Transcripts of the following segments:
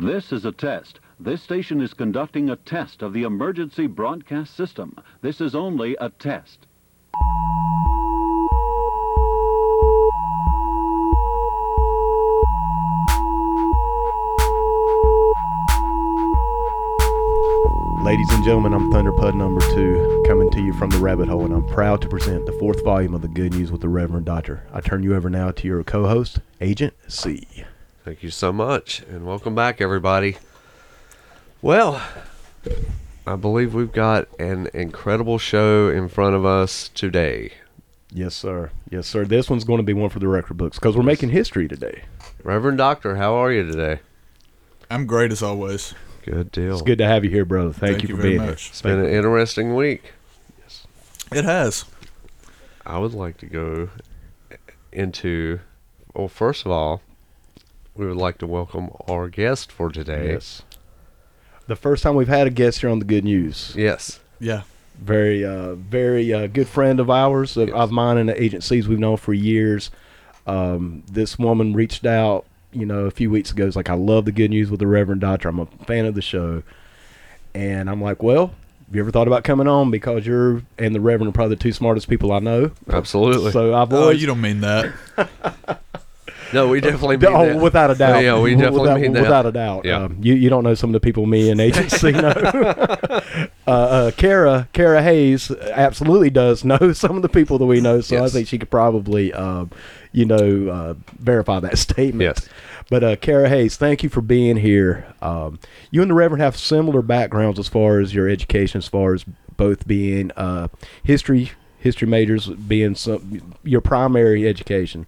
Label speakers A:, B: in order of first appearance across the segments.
A: This is a test. This station is conducting a test of the emergency broadcast system. This is only a test.
B: Ladies and gentlemen, I'm Thunderpud number two, coming to you from the rabbit hole, and I'm proud to present the fourth volume of the Good News with the Reverend Doctor. I turn you over now to your co-host, Agent C.
C: Thank you so much, and welcome back, everybody. Well, I believe we've got an incredible show in front of us today,
B: Yes, sir. Yes, sir. This one's going to be one for the record books because we're making history today.
C: Reverend Doctor. How are you today?
D: I'm great as always.
C: Good deal.
B: It's good to have you here, brother. Thank, you for being
C: It's been an interesting week.
D: It has.
C: I would like to go into. Well, first of all, we would like to welcome our guest for
B: here.
C: today.
B: Yes. The first time we've had a guest here on the Good News.
C: Yes.
D: Yeah.
B: very uh, very uh, good friend of ours of, of mine and the agencies we've known for years um, this woman reached out you know a few weeks ago it's like i love the good news with the reverend doctor i'm a fan of the show and i'm like well have you ever thought about coming on because you're and the reverend are probably the two smartest people i know
C: Absolutely.
B: so i've
D: Oh,
B: always
D: you don't mean that.
C: no, we definitely mean
B: Oh,
C: that.
B: without a doubt.
C: Yeah, we definitely
B: without,
C: mean that.
B: Without a doubt.
C: Yeah.
B: Um, you, you don't know some of the people me and agency know. uh, uh, Kara Kara Hayes absolutely does know some of the people that we know, so I
C: Yes.
B: think she could probably, um, you know, uh, verify that statement.
C: Yes.
B: But uh, Kara Hayes, thank you for being here. Um, you and the Reverend have similar backgrounds as far as your education, as far as both being uh, history history majors, being some your primary education.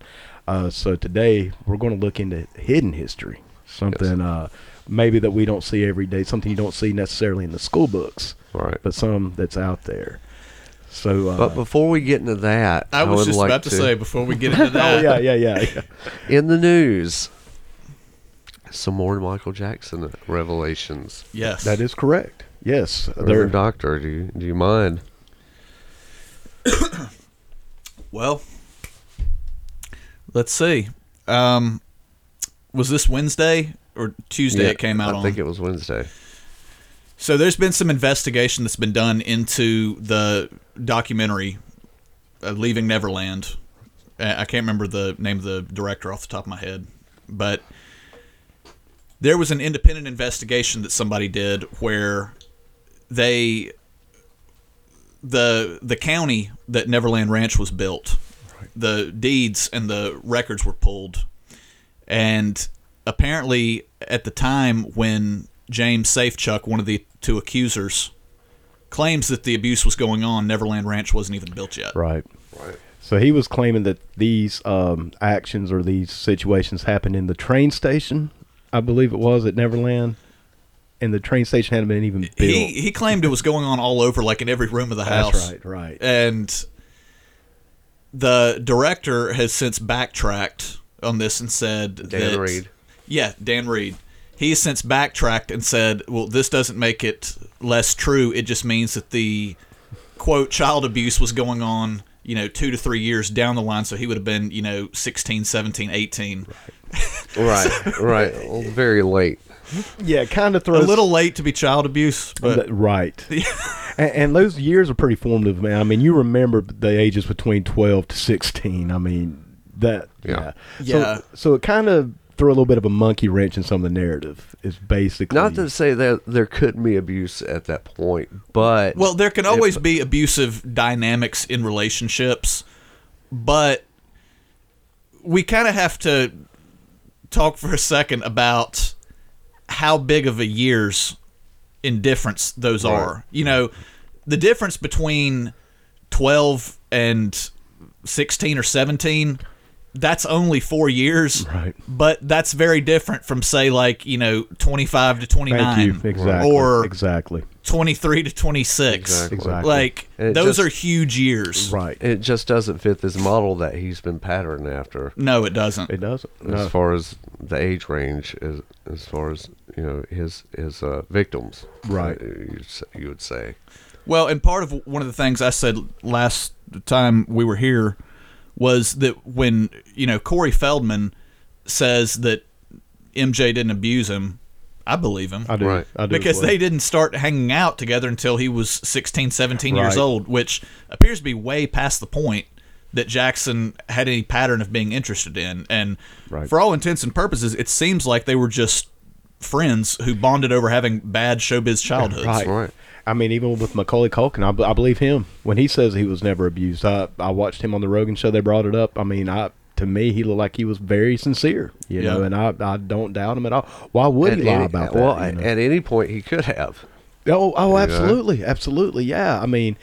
B: Uh, so today we're going to look into hidden history, something uh, maybe that we don't see every day, something you don't see necessarily in the school books,
C: Right.
B: but some that's out there. So, uh,
C: But before we get into that,
D: I was
C: would
D: just
C: like
D: about to, say before we get into that.
B: oh yeah, yeah, yeah, yeah.
C: in the news, some more Michael Jackson revelations.
D: Yes.
B: that is correct. Yes,
C: Reverend
B: there.
C: Doctor, do you, do you mind?
D: Well, let's see. Um, was this Wednesday or Tuesday
C: Yeah,
D: it came out
C: I
D: on?
C: think it was Wednesday.
D: So there's been some investigation that's been done into the documentary uh, Leaving Neverland. Uh, I can't remember the name of the director off the top of my head, but there was an independent investigation that somebody did where they the the county that Neverland Ranch was built, the deeds and the records were pulled and apparently, at the time when James Safechuck, one of the two accusers, claims that the abuse was going on, Neverland Ranch wasn't even built yet.
B: Right. So he was claiming that these um, actions or these situations happened in the train station, I believe it was at Neverland, and the train station hadn't been even built.
D: He he claimed it was going on all over, like in every room of the house.
B: That's right, right.
D: And the director has since backtracked on this and said
C: Dan
D: that-
C: Reed.
D: Yeah, Dan Reed. He has since backtracked and said, "Well, this doesn't make it less true. It just means that the quote child abuse was going on, you know, 2 to 3 years down the line, so he would have been, you know, 16, 17, 18.
C: Right, right. Well, Very late.
B: yeah, kind of
D: A
B: throws
D: little late to be child abuse, but
B: Th- right. and, and those years are pretty formative, man. I mean, you remember the ages between twelve to sixteen. I mean, that
C: Yeah.
D: Yeah.
B: So, so it kind of threw a little bit of a monkey wrench in some of the narrative. Is basically
C: Not
D: Mm.
C: to say that there couldn't be abuse at that point, but
D: Well, there can always be abusive dynamics in relationships, but we kind of have to talk for a second about how big of a year's indifference those are. You know, the difference between 12 and 16 or 17 that's only 4 years.
B: Right.
D: But that's very different from say like, you know, 25 to 29
B: Thank you. Exactly.
D: or
B: exactly.
D: 23 to 26.
C: Exactly.
B: Exactly.
D: Like
C: And it just-
D: those are huge years.
B: Right.
C: it just doesn't fit this model that he's been patterned after,
D: No, it doesn't.
B: It doesn't.
C: as far as the age range, as as far as you know, his his uh, victims.
B: Right.
C: uh, you'd s- You would say.
D: Well, and part of one of the things I said last time we were here was that when, you know, Corey Feldman says that MJ didn't abuse him, I believe him.
B: I do.
C: Right.
B: I do as
D: because
B: well.
D: they didn't start hanging out together until he was 16 17 years
B: Right.
D: old which appears to be way past the point that jackson had any pattern of being interested in and
B: Right.
D: for all intents and purposes it seems like they were just friends who bonded over having bad showbiz childhoods
B: Right.
C: Right.
B: I mean, even with Macaulay Culkin, I, b- I believe him when he says he was never abused. I, I watched him on the Rogan show. They brought it up. I mean, I to me, he looked like he was very sincere, you know,
D: Yeah.
B: and I, I don't doubt him at all. Why would
C: At
B: he lie
C: any- uh,
B: about that?
C: Well,
B: you know?
C: at any point he could have.
B: Oh, oh,
C: Yeah.
B: absolutely, absolutely, yeah. I mean,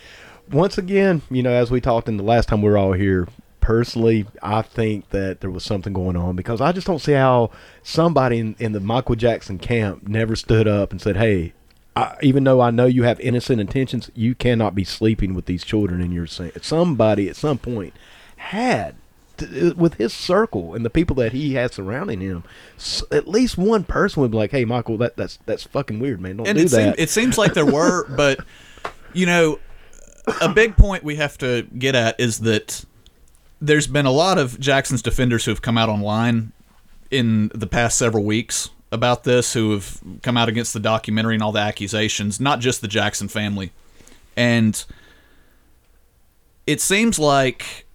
B: once again, you know, as we talked in the last time we were all here, personally, I think that there was something going on because I just don't see how somebody in, in the Michael Jackson camp never stood up and said, "Hey, I, even though I know you have innocent intentions, you cannot be sleeping with these children in your sin." Somebody at some point had. t- With his circle and the people that he had surrounding him, s- at least one person would be like, "Hey, Michael, that, that's that's fucking weird, man. Don't
D: and
B: do
D: it, seem,
B: that."
D: it seems like there were, but you know, a big point we have to get at is that there's been a lot of Jackson's defenders who have come out online in the past several weeks about this, who have come out against the documentary and all the accusations, not just the Jackson family, and it seems like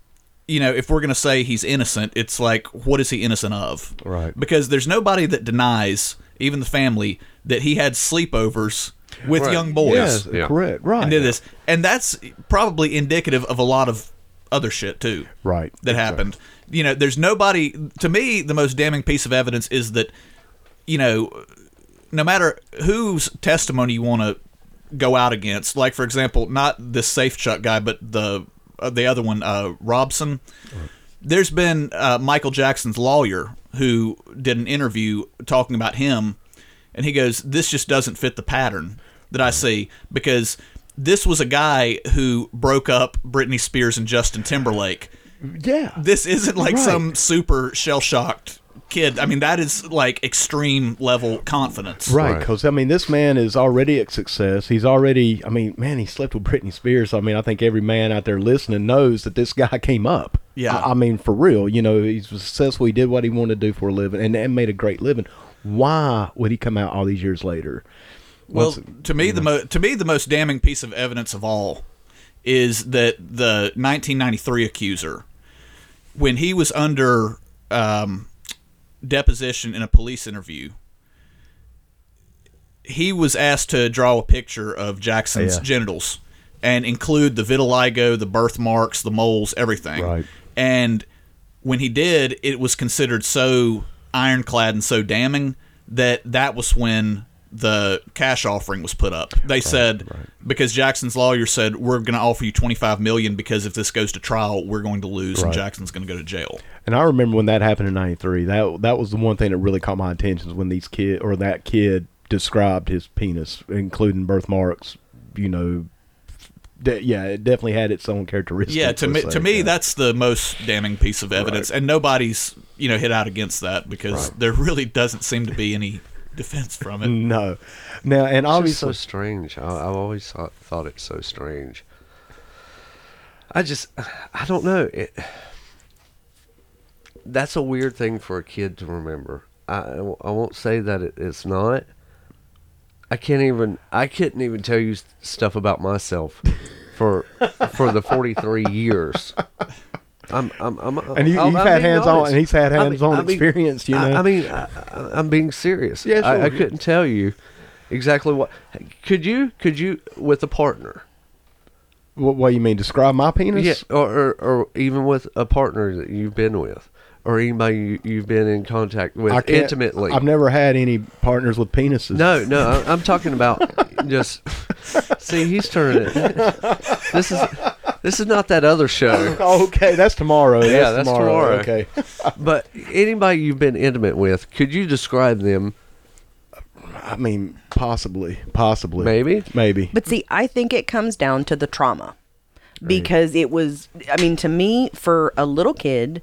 D: you know if we're going to say he's innocent it's like what is he innocent of
C: Right.
D: because there's nobody that denies even the family that he had sleepovers with
C: Right.
D: young boys
B: Yes,
C: Yeah.
B: correct. Right.
D: and did this and that's probably indicative of a lot of other shit too
B: Right.
D: that happened you know there's nobody to me the most damning piece of evidence is that you know no matter whose testimony you want to go out against like for example not this safe chuck guy but the uh, the other one uh, robson there's been uh, Michael Jackson's lawyer who did an interview talking about him, and he goes, "This just doesn't fit the pattern that I see because this was a guy who broke up Britney Spears and Justin Timberlake.
B: Yeah.
D: This isn't like
B: Right.
D: some super shell shocked kid. I mean, that is like extreme level confidence.
B: Right,
C: Right.
B: because I mean, this man is already a success. He's already, I mean, man, he slept with Britney Spears. I mean, I think every man out there listening knows that this guy came up.
D: Yeah.
B: I, I mean, for real, you know, he's successful. He did what he wanted to do for a living, and, and made a great living. Why would he come out all these years later?
D: Well,
B: Once-
D: to me, the mo- to me the most damning piece of evidence of all is that the 1993 accuser, when he was under um, deposition in a police interview, he was asked to draw a picture of Jackson's
B: Oh, Yeah.
D: genitals and include the vitiligo, the birthmarks, the moles, everything.
B: Right.
D: And when he did, it was considered so ironclad and so damning that that was when the cash offering was put up. They said because Jackson's lawyer said we're going to offer you 25 million because if this goes to trial, we're going to lose and Jackson's going to go to jail.
B: And I remember when that happened in '93. That that was the one thing that really caught my attention is when these kid or that kid described his penis, including birthmarks. You know, de- yeah, it definitely had its own characteristics.
D: Yeah, to me,
B: let's
D: to
B: say,
D: me,
B: yeah.
D: that's the most damning piece of evidence, and nobody's you know hit out against that because there really doesn't seem to be any defense from it.
B: no. Now, and
C: It's just
B: obviously,
C: so strange. I, I've always thought, thought it so strange. I just, I don't know. It, that's a weird thing for a kid to remember. I, I won't- I won't say that it, it's not. I can't even. I couldn't even tell you s- stuff about myself for for the forty three years. I'm, I'm, I'm,
B: And you-
C: I'm-
B: you've
C: I'm
B: had
C: being
B: hands-on-
C: honest.
B: and he's had
C: I mean-
B: hands-on
C: I mean,
B: experience, you
C: I-
B: know?
C: I mean, I, I- I'm being serious.
B: oh, Yeah,
C: I, I
B: sure.
C: couldn't tell you exactly what. Could you? Could you with a partner?
B: what, what you mean? Describe my penis?
C: Yeah, or, or or even with a partner that you've been with, or anybody you, you've been in contact with
B: I can't-
C: intimately.
B: I've never had any partners with penises.
C: no, no, I- I'm talking about just. See, he's turning it. This is this is not that other show,
B: Oh, Okay, that's tomorrow.
C: Yeah, that's tomorrow.
B: Okay.
C: but anybody you've been intimate with, could you describe them?
B: I mean, possibly, possibly,
C: Maybe.
B: maybe.
E: But see, I think it comes down to the trauma. Because it was I mean, to me, for a little kid,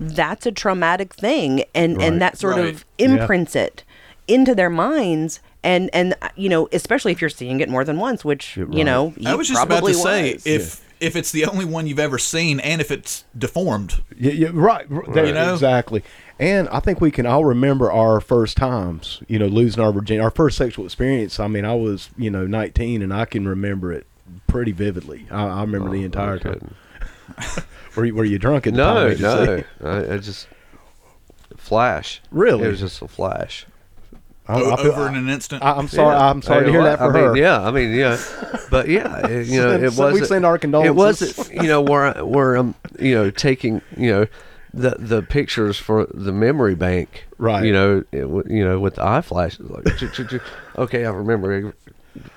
E: that's a traumatic thing and
B: Right.
E: and that sort
D: Right.
E: of imprints it into their minds and and you know, especially if you're seeing it more than once, which you know,
D: I
E: you
D: was just about to
E: probably
D: say
E: was.
D: if if it's the only one you've ever seen and if it's deformed.
B: Yeah, yeah, right. r- that-
D: You know?
B: Exactly. And I think we can all remember our first times, you know, losing our virginity, our first sexual experience. I mean, I was, you know, 19 and I can remember it pretty vividly. I, I remember the entire time.
C: couldn't.
B: Were you, were you drunk at the time?
C: Oh, No,
B: Agency?
C: no. I, I just flash.
B: Really?
C: It was just a flash.
B: Oh, I,
D: O-
B: I feel-
D: over in an instant.
B: I, am sorry.
C: Yeah.
B: I'm sorry to hear
C: I-
B: that for
C: I mean,
B: her.
C: Yeah, I mean, yeah, but yeah, it- you know,
B: So-
C: it
B: so
C: was.
B: we've sent our
C: It
B: condolences.
C: wasn't, you know, where I, where I'm, you know, taking, you know, the the pictures for the memory bank,
B: Right.
C: You know, it, wa- you know, with the eye flashes, like, chu- chu- chu. okay, I remember every,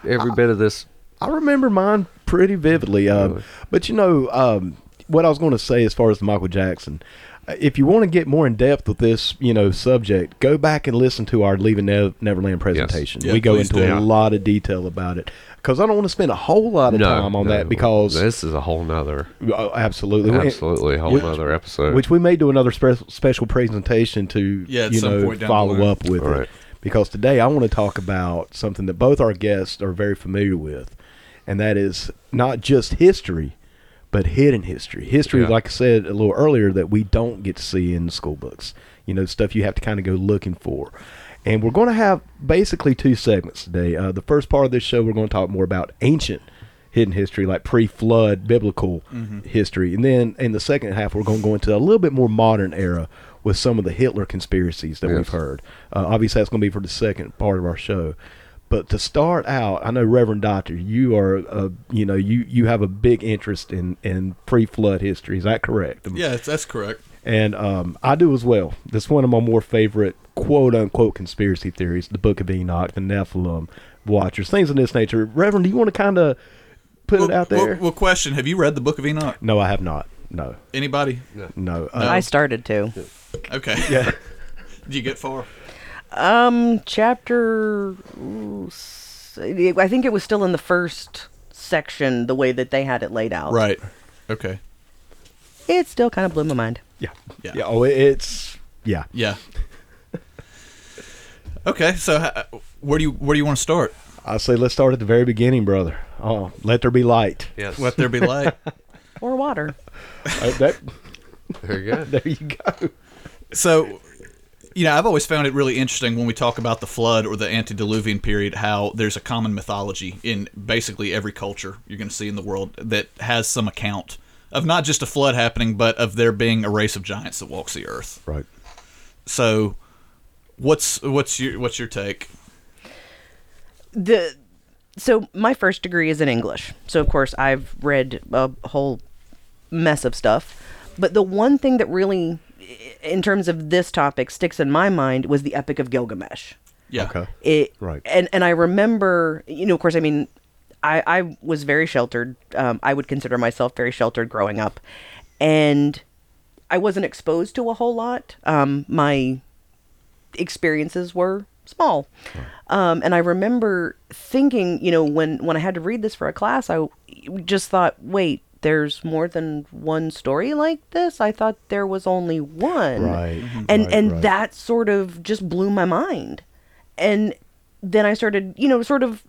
C: every bit of this.
B: I remember mine pretty vividly. Um, but you know um, what I was going to say as far as Michael Jackson. uh, If you want to get more in depth with this, you know, subject, go back and listen to our Leaving Ne- Neverland presentation.
D: Yeah,
B: we go
D: please
B: into
D: do.
B: a
D: Yeah.
B: lot of detail about it because I don't want to spend a whole lot of
C: no,
B: time on
C: no,
B: that because
C: this is a whole nother,
B: Oh, absolutely,
C: absolutely a whole
B: Which-
C: nother episode.
B: Which we may do another spe- special presentation to
D: Yeah, at
B: you
D: some
B: know
D: point down the
B: follow
D: line.
B: up with
C: All
B: it.
C: right.
B: because today I want to talk about something that both our guests are very familiar with, and that is not just history, but hidden history. History,
C: Yeah.
B: like I said a little earlier, that we don't get to see in school books. You know, stuff you have to kind of go looking for. And we're going to have basically two segments today. Uh, the first part of this show, we're going to talk more about ancient hidden history, like pre-flood biblical history, and then in the second half, we're going to go into a little bit more modern era with some of the Hitler conspiracies that we've
C: Yes.
B: heard heard. Uh, obviously, that's going to be for the second part of our show. But to start out, I know Reverend Doctor, you are, uh, you know, you you have a big interest in in pre-flood history. Is that correct?
D: yeah, that's correct.
B: And um, I do as well. That's one of my more favorite quote unquote conspiracy theories: the Book of Enoch, the Nephilim, Watchers, things of this nature. Reverend, do you want to kind of put it out there?
D: Well, well, question: Have you read the Book of Enoch?
B: no, I have not. No,
D: Anybody?
B: no. Uh,
E: I started to.
D: Okay. Yeah. Did you get far?
E: Um, chapter. I think it was still in the first section, the way that they had it laid out.
D: Right. Okay.
E: It still kind of blew my mind.
B: yeah,
D: Yeah.
B: yeah. Oh, it's yeah.
D: Yeah. Okay, so ho- where do you where do you want to start?
B: I say let's start at the very beginning, brother. Oh, let there be light.
C: yes,
D: Let there be light.
E: Or water.
B: Uh, that-
C: there you go.
B: there you go.
D: so you know i've always found it really interesting when we talk about the flood or the antediluvian period how there's a common mythology in basically every culture you're going to see in the world that has some account of not just a flood happening but of there being a race of giants that walks the earth
B: Right.
D: so what's what's your what's your take
E: the so my first degree is in English. So of course I've read a whole mess of stuff, but the one thing that really in terms of this topic sticks in my mind was the Epic of Gilgamesh.
D: yeah
B: Okay.
E: It
B: Right.
E: and and I remember, you know, of course I mean I I was very sheltered. Um I would consider myself very sheltered growing up. And I wasn't exposed to a whole lot. Um my experiences were small. Um, and I remember thinking, you know, when, when I had to read this for a class, I just thought, wait, there's more than one story like this. I thought there was only one.
B: Right, Mhm.
E: And,
B: right,
E: and
B: right.
E: that sort of just blew my mind. And then I started, you know, sort of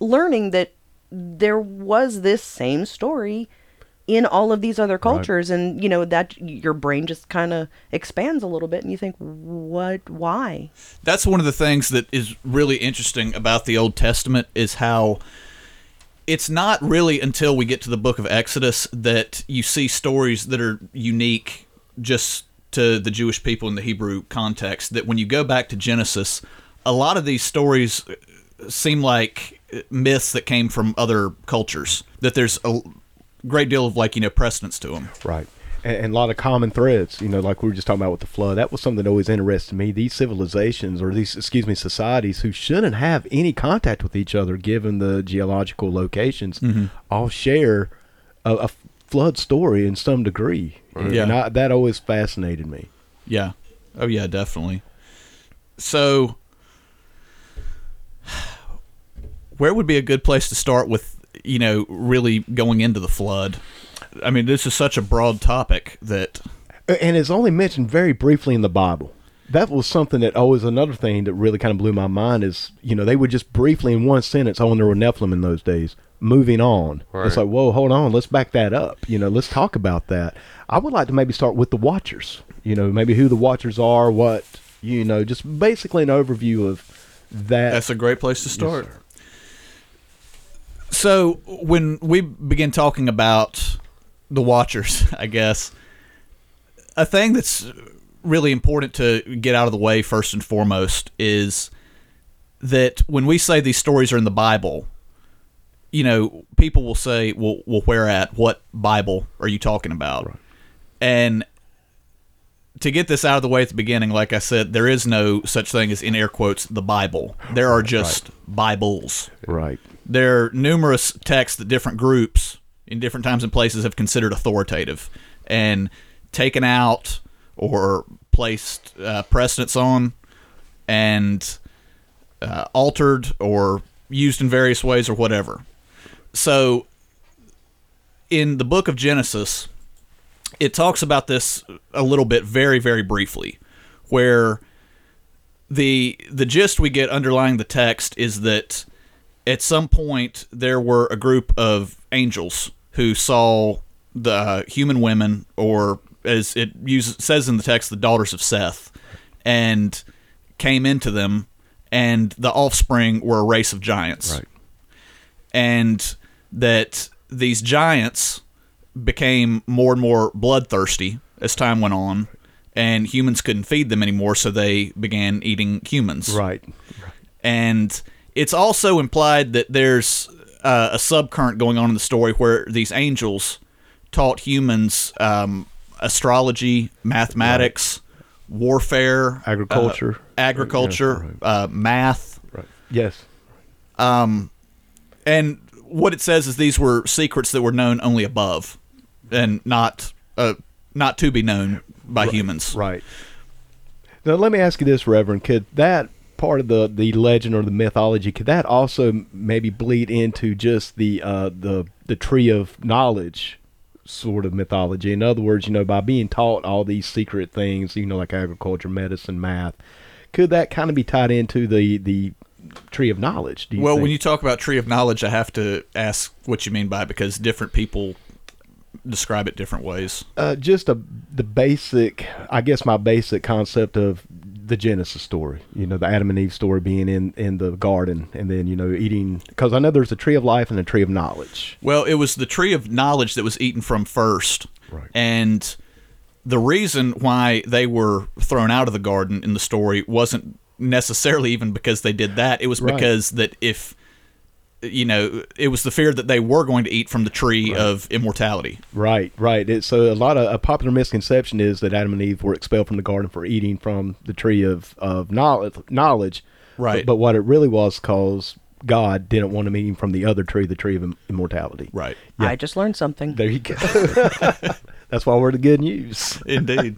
E: learning that there was this same story in all of these other cultures and you know that your brain just kind of expands a little bit and you think what why
D: that's one of the things that is really interesting about the Old Testament is how it's not really until we get to the book of Exodus that you see stories that are unique just to the Jewish people in the Hebrew context that when you go back to Genesis a lot of these stories seem like myths that came from other cultures that there's a great deal of like you know precedence to them
B: Right. And, and a lot of common threads, you know, like we were just talking about with the flood. That was something that always interested me. These civilizations, or these, excuse me, societies who shouldn't have any contact with each other given the geological locations, all share a, a flood story in some degree. And,
D: Yeah.
B: I, that always fascinated me.
D: Yeah. Oh yeah, definitely. So where would be a good place to start with, you know, really going into the flood? I mean, this is such a broad topic that
B: Uh, And it's only mentioned very briefly in the Bible. that was something that always another thing that really kind of blew my mind is you know they would just briefly in one sentence oh and there were Nephilim in those days moving on it's
C: Right.
B: like whoa hold on let's back that up you know let's talk about that I would like to maybe start with the Watchers you know maybe who the Watchers are what you know just basically an overview of that
D: That's a great place to start. so when we begin talking about the Watchers, I guess a thing that's really important to get out of the way first and foremost is that when we say these stories are in the Bible, you know, people will say, "Well, well, where at? What Bible are you talking about?" And to get this out of the way at the beginning, like I said, there is no such thing as in air quotes the Bible. There are just Bibles
B: right
D: there are numerous texts that different groups in different times and places have considered authoritative and taken out or placed uh, precedence on and uh, altered or used in various ways or whatever. So, in the book of Genesis, it talks about this a little bit, very, very briefly, where the the gist we get underlying the text is that at some point there were a group of angels who saw the uh, human women, or as it uses, says in the text, the daughters of Seth, and came into them, and the offspring were a race of giants
B: right
D: and that these giants became more and more bloodthirsty as time went on, and humans couldn't feed them anymore, so they began eating humans.
B: right
D: And it's also implied that there's uh, a subcurrent going on in the story where these angels taught humans um, astrology, mathematics, warfare, uh,
B: Agriculture.
D: agriculture, uh, math.
B: yes
D: And what it says is these were secrets that were known only above, and not uh, not to be known by humans.
B: Right. Now, let me ask you this, Reverend. Could that part of the, the legend or the mythology could that also m- maybe bleed into just the uh, the the tree of knowledge sort of mythology? In other words, you know, by being taught all these secret things, you know, like agriculture, medicine, math, could that kind of be tied into the the tree of knowledge? Do you
D: Well,
B: think?
D: when you talk about tree of knowledge, I have to ask what you mean by it because different people describe it different ways.
B: uh, just a, the basic, I guess, my basic concept of the Genesis story. You know, the Adam and Eve story being in in the garden, and then you know eating because I know there's a tree of life and a tree of knowledge.
D: Well, it was the tree of knowledge that was eaten from first. Right. And the reason why they were thrown out of the garden in the story wasn't necessarily even because they did that. It was
B: Right.
D: because that if you know, it was the fear that they were going to eat from the tree of immortality.
B: Right, right. It, so a lot of a popular misconception is that Adam and Eve were expelled from the garden for eating from the tree of of knowledge. knowledge.
D: Right.
B: But, but what it really was, cause God didn't want them eating from the other tree, the tree of im- immortality.
D: Right.
E: I just learned something
B: There you go. That's why we're the good news.
D: Indeed.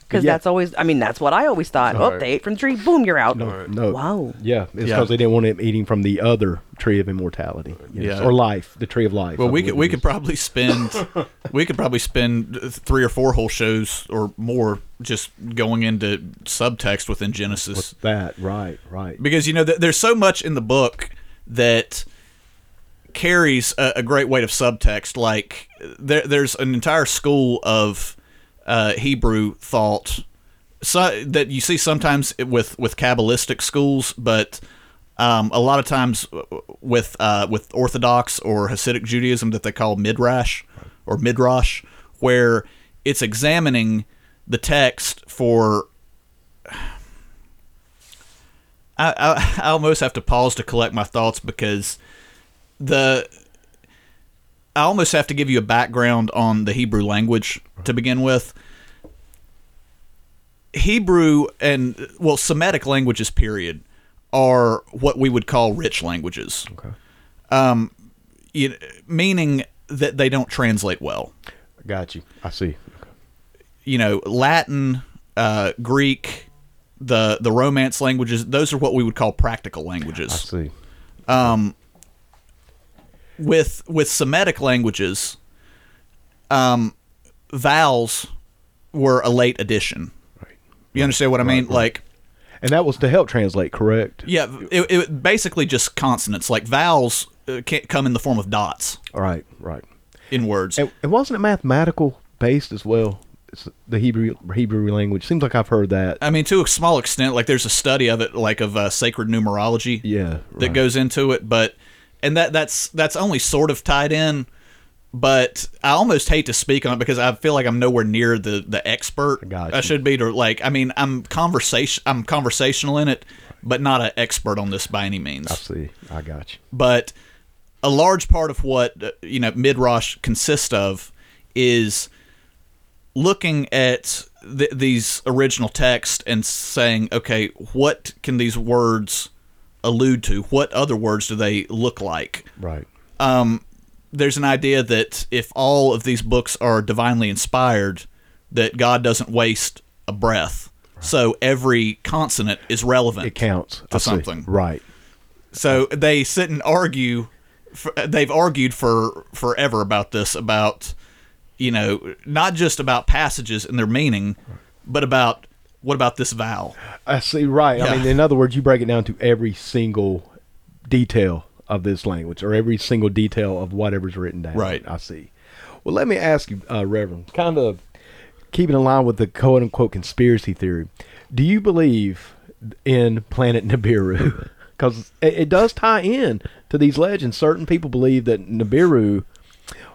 E: because
B: yeah.
E: that's always. I mean, that's what I always thought. Oh,
C: Right.
E: they ate from the tree. Boom, you're out.
B: No.
E: Wow.
B: Yeah, it's because
D: Yeah.
B: they didn't want him eating from the other tree of immortality, yes,
D: Yeah.
B: or life, the tree of life.
D: Well,
B: I
D: we
B: believe
D: could we
B: it
D: could
B: is.
D: probably spend we could probably spend three or four whole shows or more just going into subtext within Genesis.
B: that right, right,
D: because you know th- there's so much in the book that carries a, a great weight of subtext like there, there's an entire school of uh, hebrew thought so, that you see sometimes with with kabbalistic schools but um, a lot of times with uh, with orthodox or hasidic judaism that they call midrash or midrash where it's examining the text for I, I, I almost have to pause to collect my thoughts because the I almost have to give you a background on the Hebrew language to begin with. Hebrew and well Semitic languages period are what we would call rich languages. Okay. Um, you, meaning that they don't translate well
B: got you. I see.
D: you know Latin, uh, Greek, the the Romance languages. Those are what we would call practical
B: I
D: languages.
B: see.
D: With with Semitic languages, um, vowels were a late addition.
B: Right.
D: You understand what I mean? Like,
B: And that was to help translate, correct?
D: yeah, it, it basically just consonants. Like vowels uh, can't come in the form of dots
B: All right, right.
D: in words.
B: And, and wasn't it mathematical based as well? It's the Hebrew Hebrew language. Seems like I've heard that.
D: I mean, to a small extent, like there's a study of it, like of uh, sacred numerology.
B: Yeah,
D: that
B: right.
D: goes into it, but and that that's that's only sort of tied in. But I almost hate to speak on it because I feel like I'm nowhere near the the expert
B: Gotcha.
D: I should be. To like, I mean, I'm conversation I'm conversational in it, but not an expert on this by any means
B: I see. I got you.
D: but a large part of what uh, you know midrash consists of is looking at th- these original texts and saying okay what can these words allude to what other words do they look like
B: Right.
D: there's an idea that if all of these books are divinely inspired that god doesn't waste a breath so every consonant is relevant
B: It counts
D: to
B: I see.
D: something.
B: Right.
D: so they sit and argue. For, they've argued for forever about this, about you know, not just about passages and their meaning, but about what about this vowel?
B: I see. Right. I
D: Yeah.
B: mean, in other words, you break it down to every single detail of this language, or every single detail of whatever's written down.
D: Right.
B: I see. Well, let me ask you, uh, Reverend, kind of keeping in line with the quote unquote conspiracy theory. Do you believe in Planet Nibiru? Because it, it does tie in to these legends. Certain people believe that Nibiru.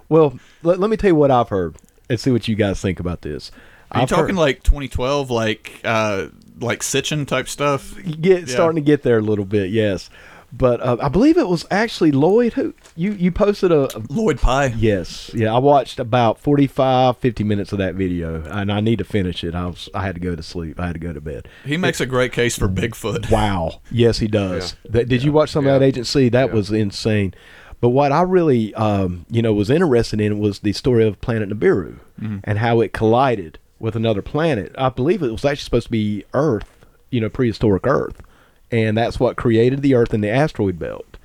B: Well, let, let me tell you what I've heard, and see what you guys think about this.
D: Are you
B: I've
D: talking
B: heard-
D: like 2012, like uh, like Sitchin type stuff?
B: get
D: Yeah.
B: starting to get there a little bit. Yes, but uh, I believe it was actually Lloyd who you you posted a. a-
D: Lloyd Pye.
B: Yes, yeah, I watched about 45, 50 minutes of that video, and I need to finish it. I was I had to go to sleep. I had to go to bed.
D: He makes a great case for Bigfoot.
B: Wow. Yes, he does. That, did you watch some of that agency? That was insane. But what I really, um, you know, was interested in was the story of Planet Nibiru and how it collided with another planet. I believe it was actually supposed to be Earth, you know, prehistoric Earth, and that's what created the Earth and the asteroid belt,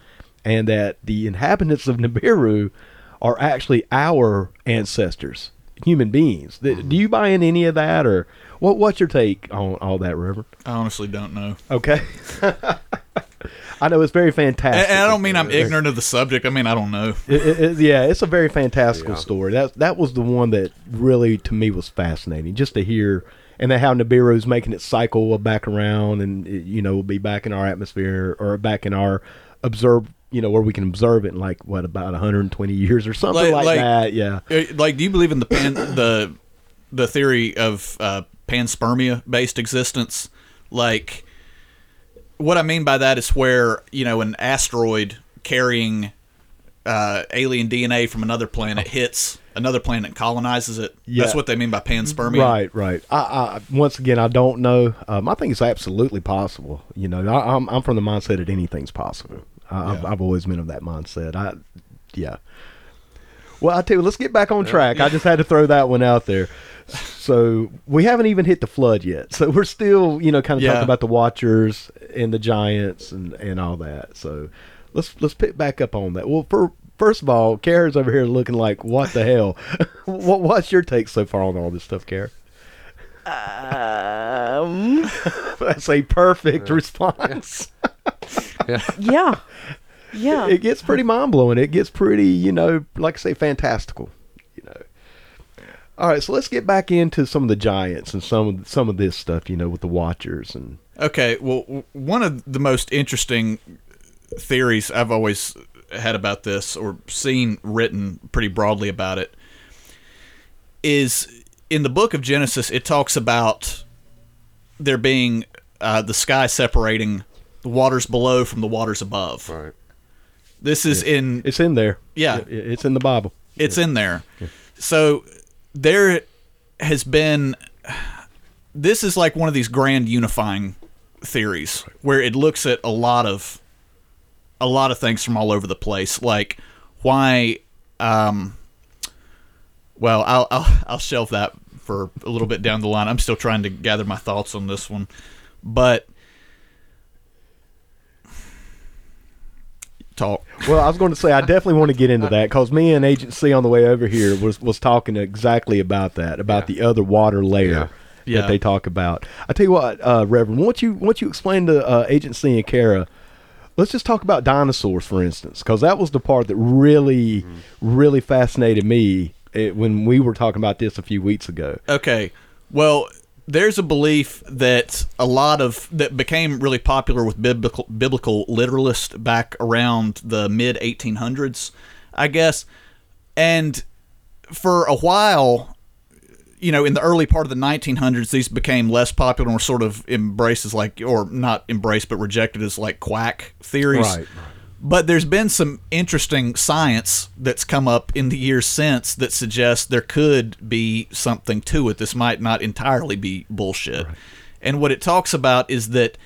B: and that the inhabitants of Nibiru are actually our ancestors, human beings. Th- Do you buy in any of that, or what? What's your take on all that, Reverend?
D: I honestly don't know.
B: Okay. I know it's very fantastic.
D: And, and I don't mean I'm ignorant of the subject. I mean I don't know.
B: It- it- it- yeah, it's a very fantastical story. That that was the one that really to me was fascinating, just to hear and then how Nibiru's making it cycle back around, and it, you know will be back in our atmosphere or back in our observe, you know, where we can observe it in like what about 120 years or something like,
D: Like- like-
B: that. Yeah.
D: Uh, Like, do you believe in the pan the the theory of uh, panspermia based existence? Like, what I mean by that is where you know an asteroid carrying uh, alien DNA from another planet hits another planet, and colonizes it.
B: Yeah.
D: That's what they mean by panspermia.
B: Right, right. I, I once again, I don't know. Um, I think it's absolutely possible. You know, I, I'm I'm from the mindset that anything's possible. I, I've, I've always been of that mindset. I, yeah. Well, I tell you, let's get back on track. I just had to throw that one out there. So we haven't even hit the flood yet. So we're still, you know, kind of
D: Yeah.
B: talking about the Watchers and the Giants and and all that. So let's let's pick back up on that. Well, for, first of all, Kara's over here looking like what the hell? what what's your take so far on all this stuff, Kara?
E: Um,
B: That's a perfect response.
E: yeah, yeah.
B: It gets pretty mind blowing. It gets pretty, you know, like I say, fantastical. You know. All right, so let's get back into some of the giants and some of some of this stuff, you know, with the Watchers and
D: Okay. Well, w- one of the most interesting theories I've always had about this, or seen written pretty broadly about it, is in the book of Genesis. It talks about there being uh, the sky separating the waters below from the waters above.
C: All right.
D: This is in
B: it's in there.
D: Yeah.
B: It- it's in the Bible.
D: it's in there. So there has been this is like one of these grand unifying theories where it looks at a lot of a lot of things from all over the place like why um well I'll I'll, I'll shelve that for a little bit down the line. I'm still trying to gather my thoughts on this one. But talk
B: Well, I was going to say I definitely want to get into that because me and Agent C on the way over here was was talking exactly about that about the other water layer
D: Yeah.
B: that they talk about. I tell you what, uh, Reverend, once you once you explain to uh, Agent C and Kara, let's just talk about dinosaurs, for instance, because that was the part that really, really fascinated me eh, when we were talking about this a few weeks ago.
D: Okay. Well, there's a belief that a lot of that became really popular with biblical biblical literalists back around the mid 1800s, I guess. And for a while, you know, in the early part of the 1900s, these became less popular and were sort of embraced as like, or not embraced, but rejected as like quack theories.
B: Right.
D: But there's been some interesting science that's come up in the years since that suggests there could be something to it. This might not entirely be bullshit. And what it talks about is that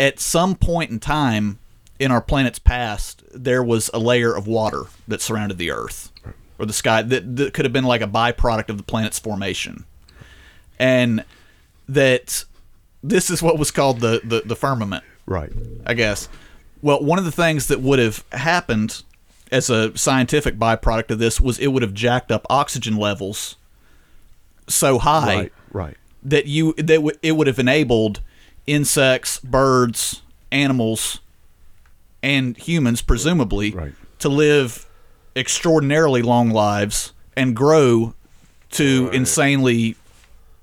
D: at some point in time in our planet's past, there was a layer of water that surrounded the Earth or the sky that, that could have been like a byproduct of the planet's formation. And that this is what was called the, the, the firmament.
B: Right.
D: I guess. Well, one of the things that would have happened as a scientific byproduct of this was it would have jacked up oxygen levels so high
B: Right. Right.
D: that you that w- it would have enabled insects, birds, animals, and humans presumably
B: Right.
D: to live extraordinarily long lives and grow to insanely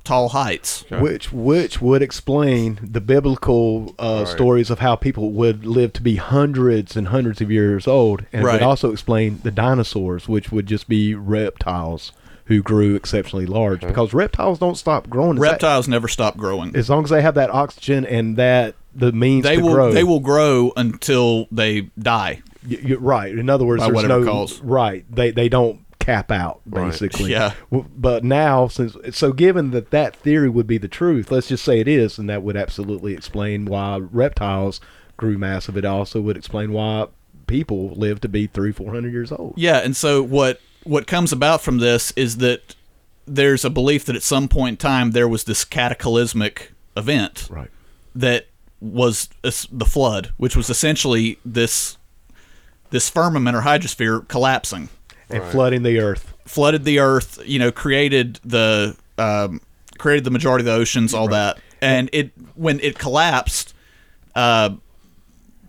D: tall heights.
B: Which which would explain the biblical uh, stories of how people would live to be hundreds and hundreds of years old, and it
D: Right.
B: would also explain the dinosaurs, which would just be reptiles who grew exceptionally large because reptiles don't stop growing. It's that-
D: Reptiles never stop growing.
B: as long as they have that oxygen and that the means
D: They
B: to
D: will
B: grow.
D: they will grow until they die.
B: Y- y- right. In other words,
D: By
B: there's
D: whatever
B: no
D: cause.
B: right. They they don't cap out
C: Right.
B: basically.
D: Yeah.
B: W- But now, since so given that that theory would be the truth, let's just say it is, and that would absolutely explain why reptiles grew massive. It also would explain why people live to be three, four hundred years old.
D: Yeah, and so what what comes about from this is that there's a belief that at some point in time there was this cataclysmic event
B: Right.
D: that was es- the flood, which was essentially this this firmament or hydrosphere collapsing,
B: And flooding the earth.
D: flooded the earth, you know, created the um, created the majority of the oceans, all that, and it when it collapsed,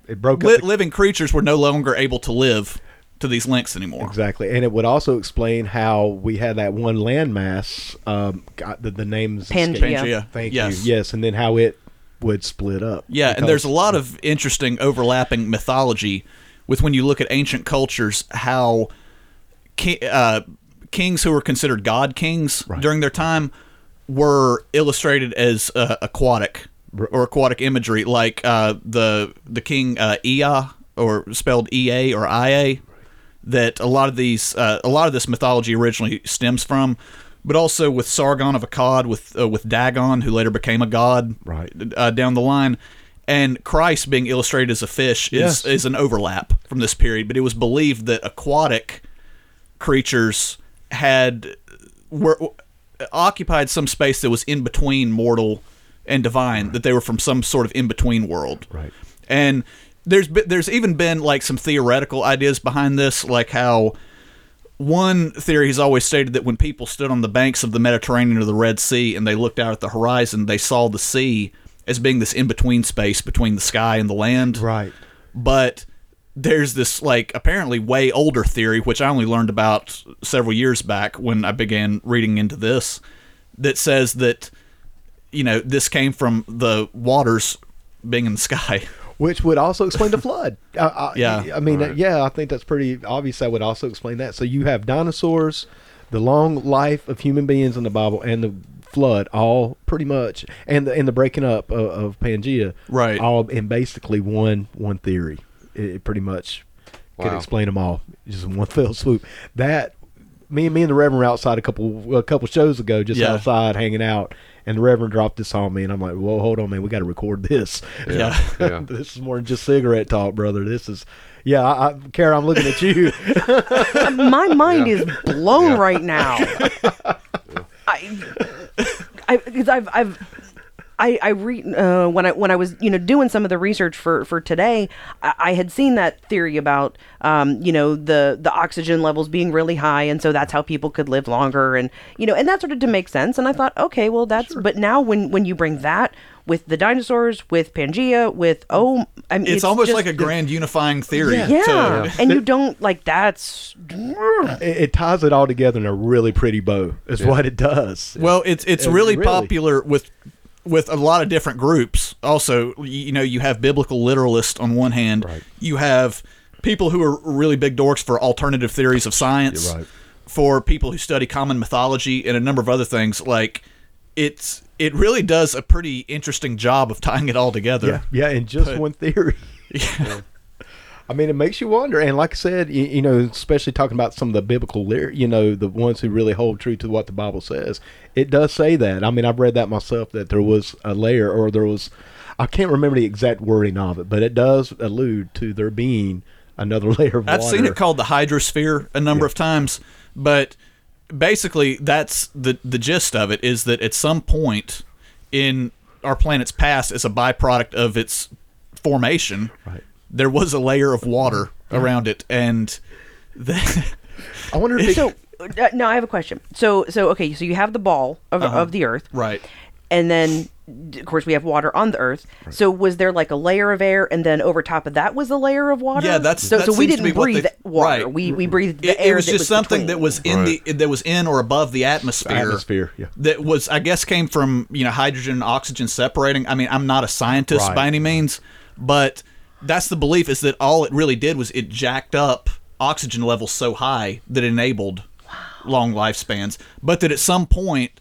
B: It broke
D: li-
B: up the-
D: living creatures were no longer able to live to these lengths anymore.
B: Exactly, and it would also explain how we had that one landmass. Um, got the, the names escaping-
E: Pangea.
D: Pangea.
B: Thank
D: Yes.
B: you. Yes, and then how it would split up.
D: Yeah, and
B: Because-
D: there's a lot of interesting overlapping mythology with when you look at ancient cultures how ki- uh, kings who were considered god kings during their time were illustrated as uh, aquatic or aquatic imagery, like uh, the the king uh, Ea or spelled Ea or Ia. That a lot of these, uh, a lot of this mythology originally stems from, but also with Sargon of Akkad, with uh, with Dagon, who later became a god,
B: Right.
D: uh, down the line. And Christ being illustrated as a fish is,
B: Yes.
D: is an overlap from this period, but it was believed that aquatic creatures had were occupied some space that was in between mortal and divine that they were from some sort of in between world
B: Right.
D: and there's be- there's even been like some theoretical ideas behind this like how one theory has always stated that when people stood on the banks of the Mediterranean or the Red Sea and they looked out at the horizon they saw the sea as being this in between space between the sky and the land
B: Right.
D: but there's this like apparently way older theory which i only learned about several years back when i began reading into this that says that you know this came from the waters being in the sky
B: Which would also explain the flood. Uh, uh,
D: Yeah.
B: I mean, yeah, I think that's pretty obvious. That would also explain that. So you have dinosaurs, the long life of human beings in the Bible, and the flood, all pretty much, and the, and the breaking up of, of Pangea,
D: Right.
B: All in basically one one theory. It, it pretty much could
C: Wow.
B: explain them all just in one fell swoop. That me and me and the Reverend were outside a couple a couple shows ago, just
D: Yeah.
B: outside hanging out. And the Reverend dropped this on me, and I'm like, "Whoa, hold on, man, we got to record this."
D: yeah
C: Yeah.
B: this is more than just cigarette talk, brother. This is, yeah, I, I, Kara, I'm looking at you.
E: My mind
C: Yeah.
E: is blown
C: Yeah.
E: right now. I, I, 'cause I've, I've, I I re, uh, when I when I was you know doing some of the research for for today, I, I had seen that theory about um you know the the oxygen levels being really high, and so that's how people could live longer, and you know, and that started to make sense. And I thought, okay, well that's but now when when you bring that with the dinosaurs, with Pangea, with oh, I mean,
D: It's, almost
E: just-
D: like a grand unifying theory.
E: yeah,
D: to-
E: and you don't like that's
B: It, it ties it all together in a really pretty bow. Is what it does.
D: Well, it's it's
B: It
D: really,
B: really-
D: popular with with a lot of different groups. Also, y- you know, you have biblical literalists on one hand, you have people who are really big dorks for alternative theories of science,
B: You're right.
D: for people who study common mythology and a number of other things. Like it's it really does a pretty interesting job of tying it all together.
B: Yeah, yeah, in just one theory. I mean, it makes you wonder. And like I said, you, you know, especially talking about some of the biblical, lyri- you know, the ones who really hold true to what the Bible says, it does say that. I mean, I've read that myself that there was a layer or there was, I can't remember the exact wording of it, but it does allude to there being another layer of
D: I've
B: water.
D: seen it called the hydrosphere a number of times, but basically that's the the gist of it is that at some point in our planet's past as a byproduct of its formation, there was a layer of water around it and the,
B: I wonder if it,
E: so. Uh, no, I have a question. So, so okay, so you have the ball of, of the Earth,
D: Uh-huh. right.
E: and then d- of course we have water on the earth so was there like a layer of air and then over top of that was a layer of water
D: Yeah, that's-
E: so
D: that
E: so we
D: seems to
E: didn't
D: be what
E: breathe
D: they-
E: water
D: right.
E: we we breathed the
D: It,
E: air
D: it was
E: that
D: just something
E: between.
D: that was in the that was in or above the atmosphere.
B: Atmosphere, yeah.
D: That was I guess came from, you know, hydrogen and oxygen separating. I mean, I'm not a scientist
B: Right.
D: by any means, but that's the belief is that all it really did was it jacked up oxygen levels so high that it enabled long lifespans. But that at some point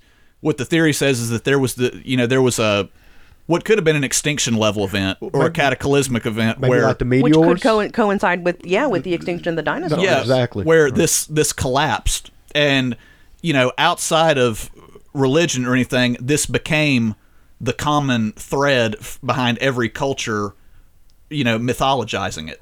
D: what the theory says is that there was the you know, there was a what could have been an extinction level event or a cataclysmic event
B: maybe
D: where
B: like the
E: which
B: meteors.
E: could co- coincide with yeah with the extinction of the dinosaurs
D: yeah,
B: Exactly.
D: Where this this collapsed, and you know, outside of religion or anything, this became the common thread f- behind every culture. You know, mythologizing it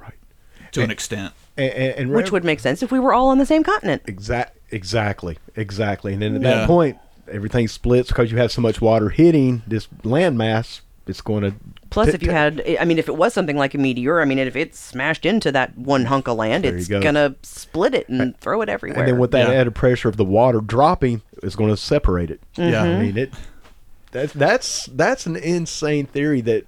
D: to an extent.
B: and, and, and
E: which
B: Rev-
E: would make sense if we were all on the same continent
B: Exact, exactly, exactly. And then at
D: Yeah.
B: that point, everything splits because you have so much water hitting this landmass. It's going to
E: plus if you had i mean if it was something like a meteor i mean if it smashed into that one hunk of land
B: you
E: it's
B: go.
E: gonna split it and throw it everywhere
B: and then with that
D: Yeah.
B: added pressure of the water dropping, it's going to separate it.
D: Yeah.
E: Mm-hmm.
B: I mean it. That's that's that's an insane theory that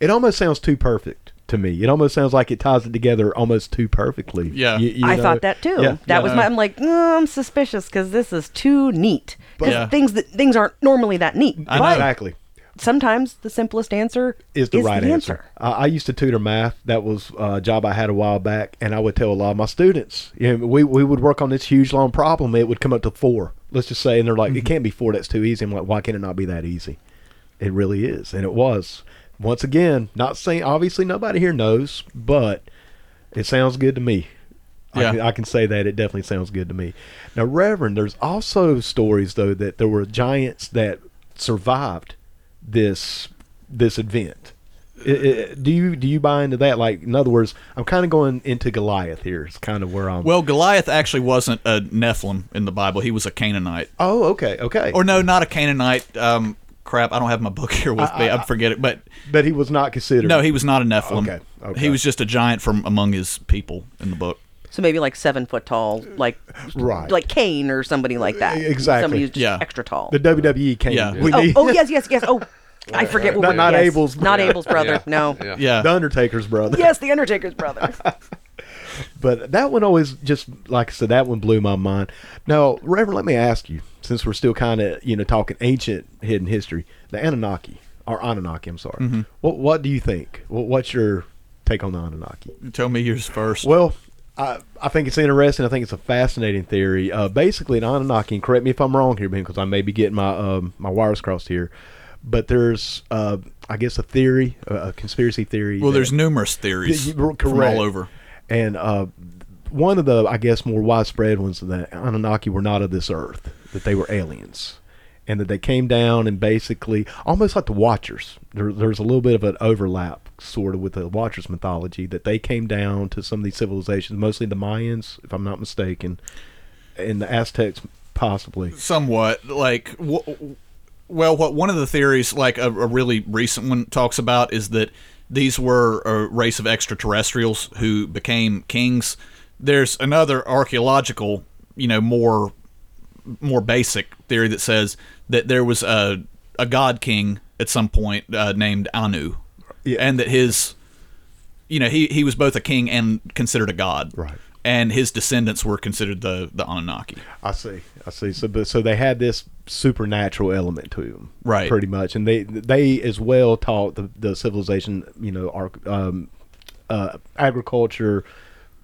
B: it almost sounds too perfect to me. It almost sounds like it ties it together almost too perfectly.
D: Yeah.
B: You- you
E: I
B: know?
E: thought that too.
B: Yeah.
E: That was my. I'm like, "Mm, I'm suspicious because this is too neat. 'Cause
D: Yeah.
E: things that things aren't normally that neat.
D: I know.
E: but
B: exactly.
E: sometimes the simplest answer
B: is the right answer. I, I used to tutor math. That was a job I had a while back, and I would tell a lot of my students. You know, we we would work on this huge long problem. It would come up to four. Let's just say, and they're like, "It can't be four. That's too easy." I'm like, "Why can it not be that easy?" It really is, and it was. Once again, not saying obviously nobody here knows, but it sounds good to me.
D: Yeah.
B: I, can, I can say that it definitely sounds good to me. Now, Reverend, there's also stories though that there were giants that survived this this event. I- I- do you do you buy into that? Like, in other words, I'm kind of going into Goliath here. It's kind of where I'm.
D: Well, Goliath actually wasn't a Nephilim in the Bible; he was a Canaanite,
B: oh, okay, okay.
D: or no, not a Canaanite. Um, crap, I don't have my book here with me. I, forget it, but
B: but he was not considered.
D: no, he was not a Nephilim.
B: Okay, okay.
D: He was just a giant from among his people in the book.
E: So maybe like seven foot tall, like
B: Right. E-,
E: like Kane or somebody like that.
B: Exactly.
E: Somebody who's just
D: Yeah.
E: extra tall.
B: the WWE came.
D: Yeah.
B: We
E: oh,
B: need-
E: oh yes, yes, yes. Oh, I forget what
B: Not-
E: we're-
B: not
E: yes.
B: Abel's-
E: not Abel's brother. No.
C: Yeah.
D: Yeah,
B: the Undertaker's brother.
E: Yes, the Undertaker's brother.
B: But that one always just like I said, that one blew my mind. Now, Reverend, let me ask you, since we're still kind of you know talking ancient hidden history, the Anunnaki or Anunnaki, I'm sorry.
D: Mm-hmm.
B: What what do you think? What, what's your take on the Anunnaki?
D: tell me yours first.
B: Well, I, I think it's interesting. I think it's a fascinating theory. Uh, basically, an Anunnaki. And correct me if I'm wrong here, Ben, because I may be getting my um, my wires crossed here. But there's, uh, I guess, a theory, a, a conspiracy theory.
D: Well,
B: that-
D: there's numerous theories
B: Yeah, you were
D: from
B: correct.
D: all over.
B: And uh, one of the, I guess, more widespread ones that Anunnaki were not of this earth, that they were aliens. And that they came down and basically, almost like the Watchers, there, there's a little bit of an overlap sort of with the Watchers mythology, that they came down to some of these civilizations, mostly the Mayans, if I'm not mistaken, and the Aztecs, possibly.
D: Somewhat like w- Well, what one of the theories, like a, a really recent one, talks about is that these were a race of extraterrestrials who became kings. There's another archaeological, you know, more more basic theory that says that there was a a god king at some point uh, named Anu,
B: Yeah.
D: and that his, you know, he he was both a king and considered a god,
B: Right.
D: And his descendants were considered the the Anunnaki.
B: I see. I see. So, but, so they had this supernatural element to them,
D: Right.
B: Pretty much, and they they as well taught the, the civilization, you know, our, um, uh, agriculture,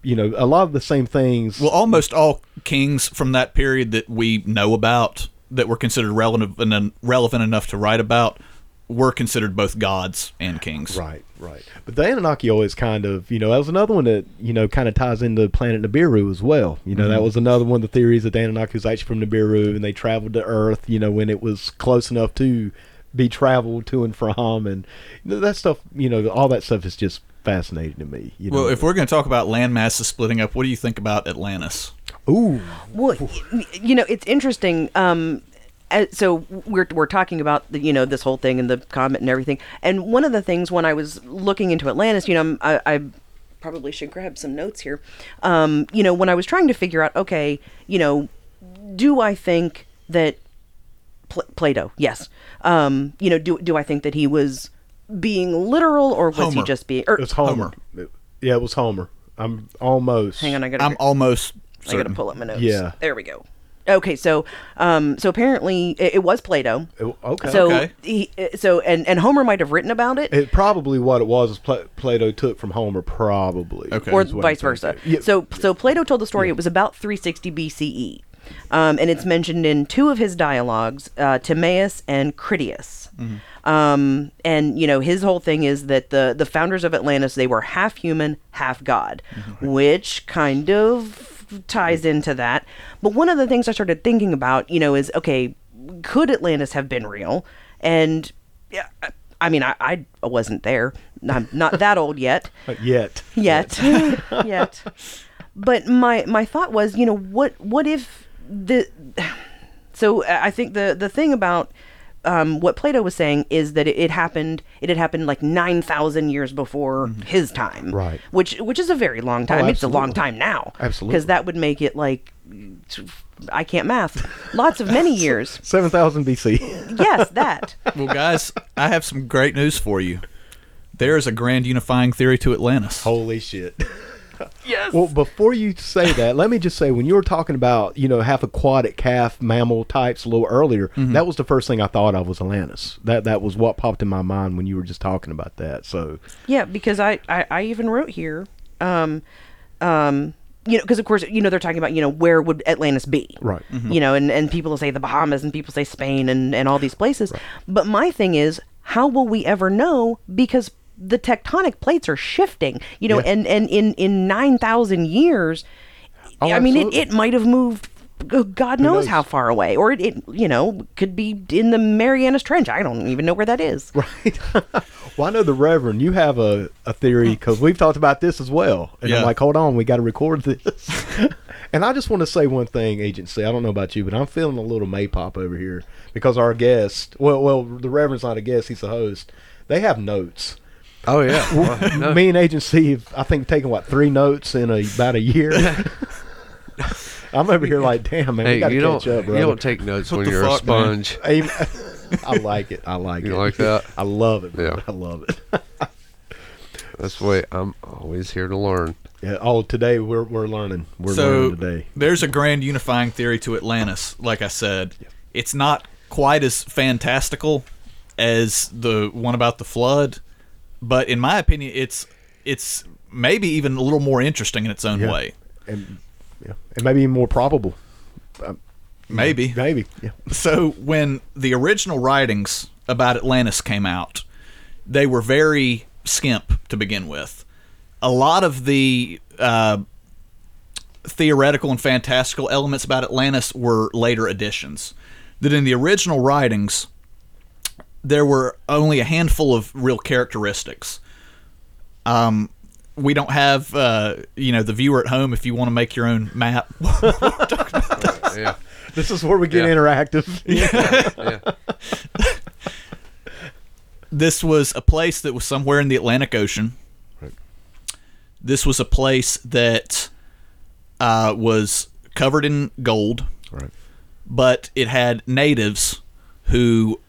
B: you know, a lot of the same things.
D: Well, almost all kings from that period that we know about that were considered relevant and relevant enough to write about were considered both gods and kings.
B: right, right. But the Anunnaki always kind of, you know, that was another one that you know kind of ties into Planet Nibiru as well. You know, that was another one of the theories that the Anunnaki was actually from Nibiru, and they traveled to Earth, you know, when it was close enough to be traveled to and from, and you know, that stuff. You know, all that stuff is just fascinating to me. You know,
D: Well, if we're going to talk about land masses splitting up, what do you think about Atlantis?
B: Ooh,
E: Well, y- you know, it's interesting. Um, uh, so we're we're talking about the, you know this whole thing and the comet and everything. And one of the things when I was looking into Atlantis, you know, I'm- I, I probably should grab some notes here. Um, you know, when I was trying to figure out, okay, you know, do I think that Pl- Plato? Yes. Um, you know, do do I think that he was being literal or was he
D: Homer.
E: just being? Or,
B: it was Homer. Yeah, it was Homer. I'm almost.
E: hang on, I gotta.
D: I'm almost
E: I gotta
D: certain.
E: pull up my notes.
B: Yeah.
E: There we go. Okay, so um, so apparently it, it was Plato.
B: It- okay.
E: So
D: Okay.
E: he, so and and Homer might have written about it,
B: It probably what it was is Pla- Plato took from Homer, probably.
D: Okay.
E: or
B: is what I'm
E: vice
B: thinking.
E: versa.
B: Yeah.
E: So so Plato told the story. It was about 360 BCE, um, and it's mentioned in two of his dialogues, uh, Timaeus and Critias.
B: Mm-hmm.
E: Um, and you know his whole thing is that the the founders of Atlantis they were half human, half god,
B: Mm-hmm.
E: which kind of ties into that. But one of the things I started thinking about, you know, is okay, could Atlantis have been real? And yeah, I- I mean, I, I wasn't there. I'm not that old yet
B: But yet.
E: yet yet but my my thought was you know what what if the so uh, i I think the the thing about um, what plato was saying is that it, it happened it had happened like 9000 years before his time
B: Mm-hmm. Right. Oh,
E: which which is a very long time it's a long
B: absolutely.
E: time now
B: Absolutely.
E: because that would make it like i can't math lots of many years
B: 7000 BC.
E: yes that
D: Well, guys, I have some great news for you. There is a grand unifying theory to Atlantis.
B: Holy shit. Yes. Well, before you say that, let me just say when you were talking about, you know, half aquatic, half mammal types a little earlier, that was the first thing I thought of was Atlantis. That that was what popped in my mind when you were just talking about that. So,
E: Yeah, because I, I, I even wrote here, um, um, you know, because of course, you know, they're talking about, you know, where would Atlantis be?
B: Right. Mm-hmm.
E: You know, and, and people say the Bahamas and people say Spain and, and all these places. But my thing is, how will we ever know? Because the tectonic plates are shifting, you know,
B: Yeah.
E: and, and in, in 9,000 years,
B: Oh,
E: I mean, it,
B: absolutely.
E: it might have moved. g- God
B: knows?
E: knows, how far away, or it, it, you know, could be in the Marianas Trench. I don't even know where that is.
B: Right. well, I know the Reverend. You have a, a theory because we've talked about this as well. And I'm
D: Yeah.
B: like, hold on, we got to record this. and I just want to say one thing, agency. I don't know about you, but I'm feeling a little Maypop over here because our guest, well, well, the Reverend's not a guest; he's the host. They have notes.
C: Oh yeah. Well, no,
B: Me and agency have, I think, taken what three notes in a, about a year. I'm over here like, damn man, we got
C: hey,
B: to
C: you
B: catch
C: don't
B: up,
C: you
B: brother.
C: don't take notes
D: What
C: when
D: the
C: you're a
D: fuck, man?
C: sponge.
B: Amen. I like it. I like
C: You
B: it.
C: like that?
B: I love it. brother.
C: Yeah.
B: I love it.
C: That's the way I'm always here to learn.
B: Yeah. Oh, today we're we're learning. We're
D: so
B: learning today.
D: there's a grand unifying theory to Atlantis. Like I said, it's not quite as fantastical as the one about the flood, but in my opinion, it's it's maybe even a little more interesting in its own
B: Yeah.
D: way.
B: And yeah, and maybe more probable.
D: Maybe.
B: Maybe. Yeah.
D: So when the original writings about Atlantis came out, they were very skimp to begin with. A lot of the uh, theoretical and fantastical elements about Atlantis were later additions. That in the original writings, there were only a handful of real characteristics. Um, we don't have, uh, you know, the viewer at home. If you want to make your own map,
C: Yeah.
B: This is where we get
C: Yeah.
B: interactive.
C: yeah.
D: this was a place that was somewhere in the Atlantic Ocean.
B: Right.
D: This was a place that uh, was covered in gold,
B: Right.
D: but it had natives who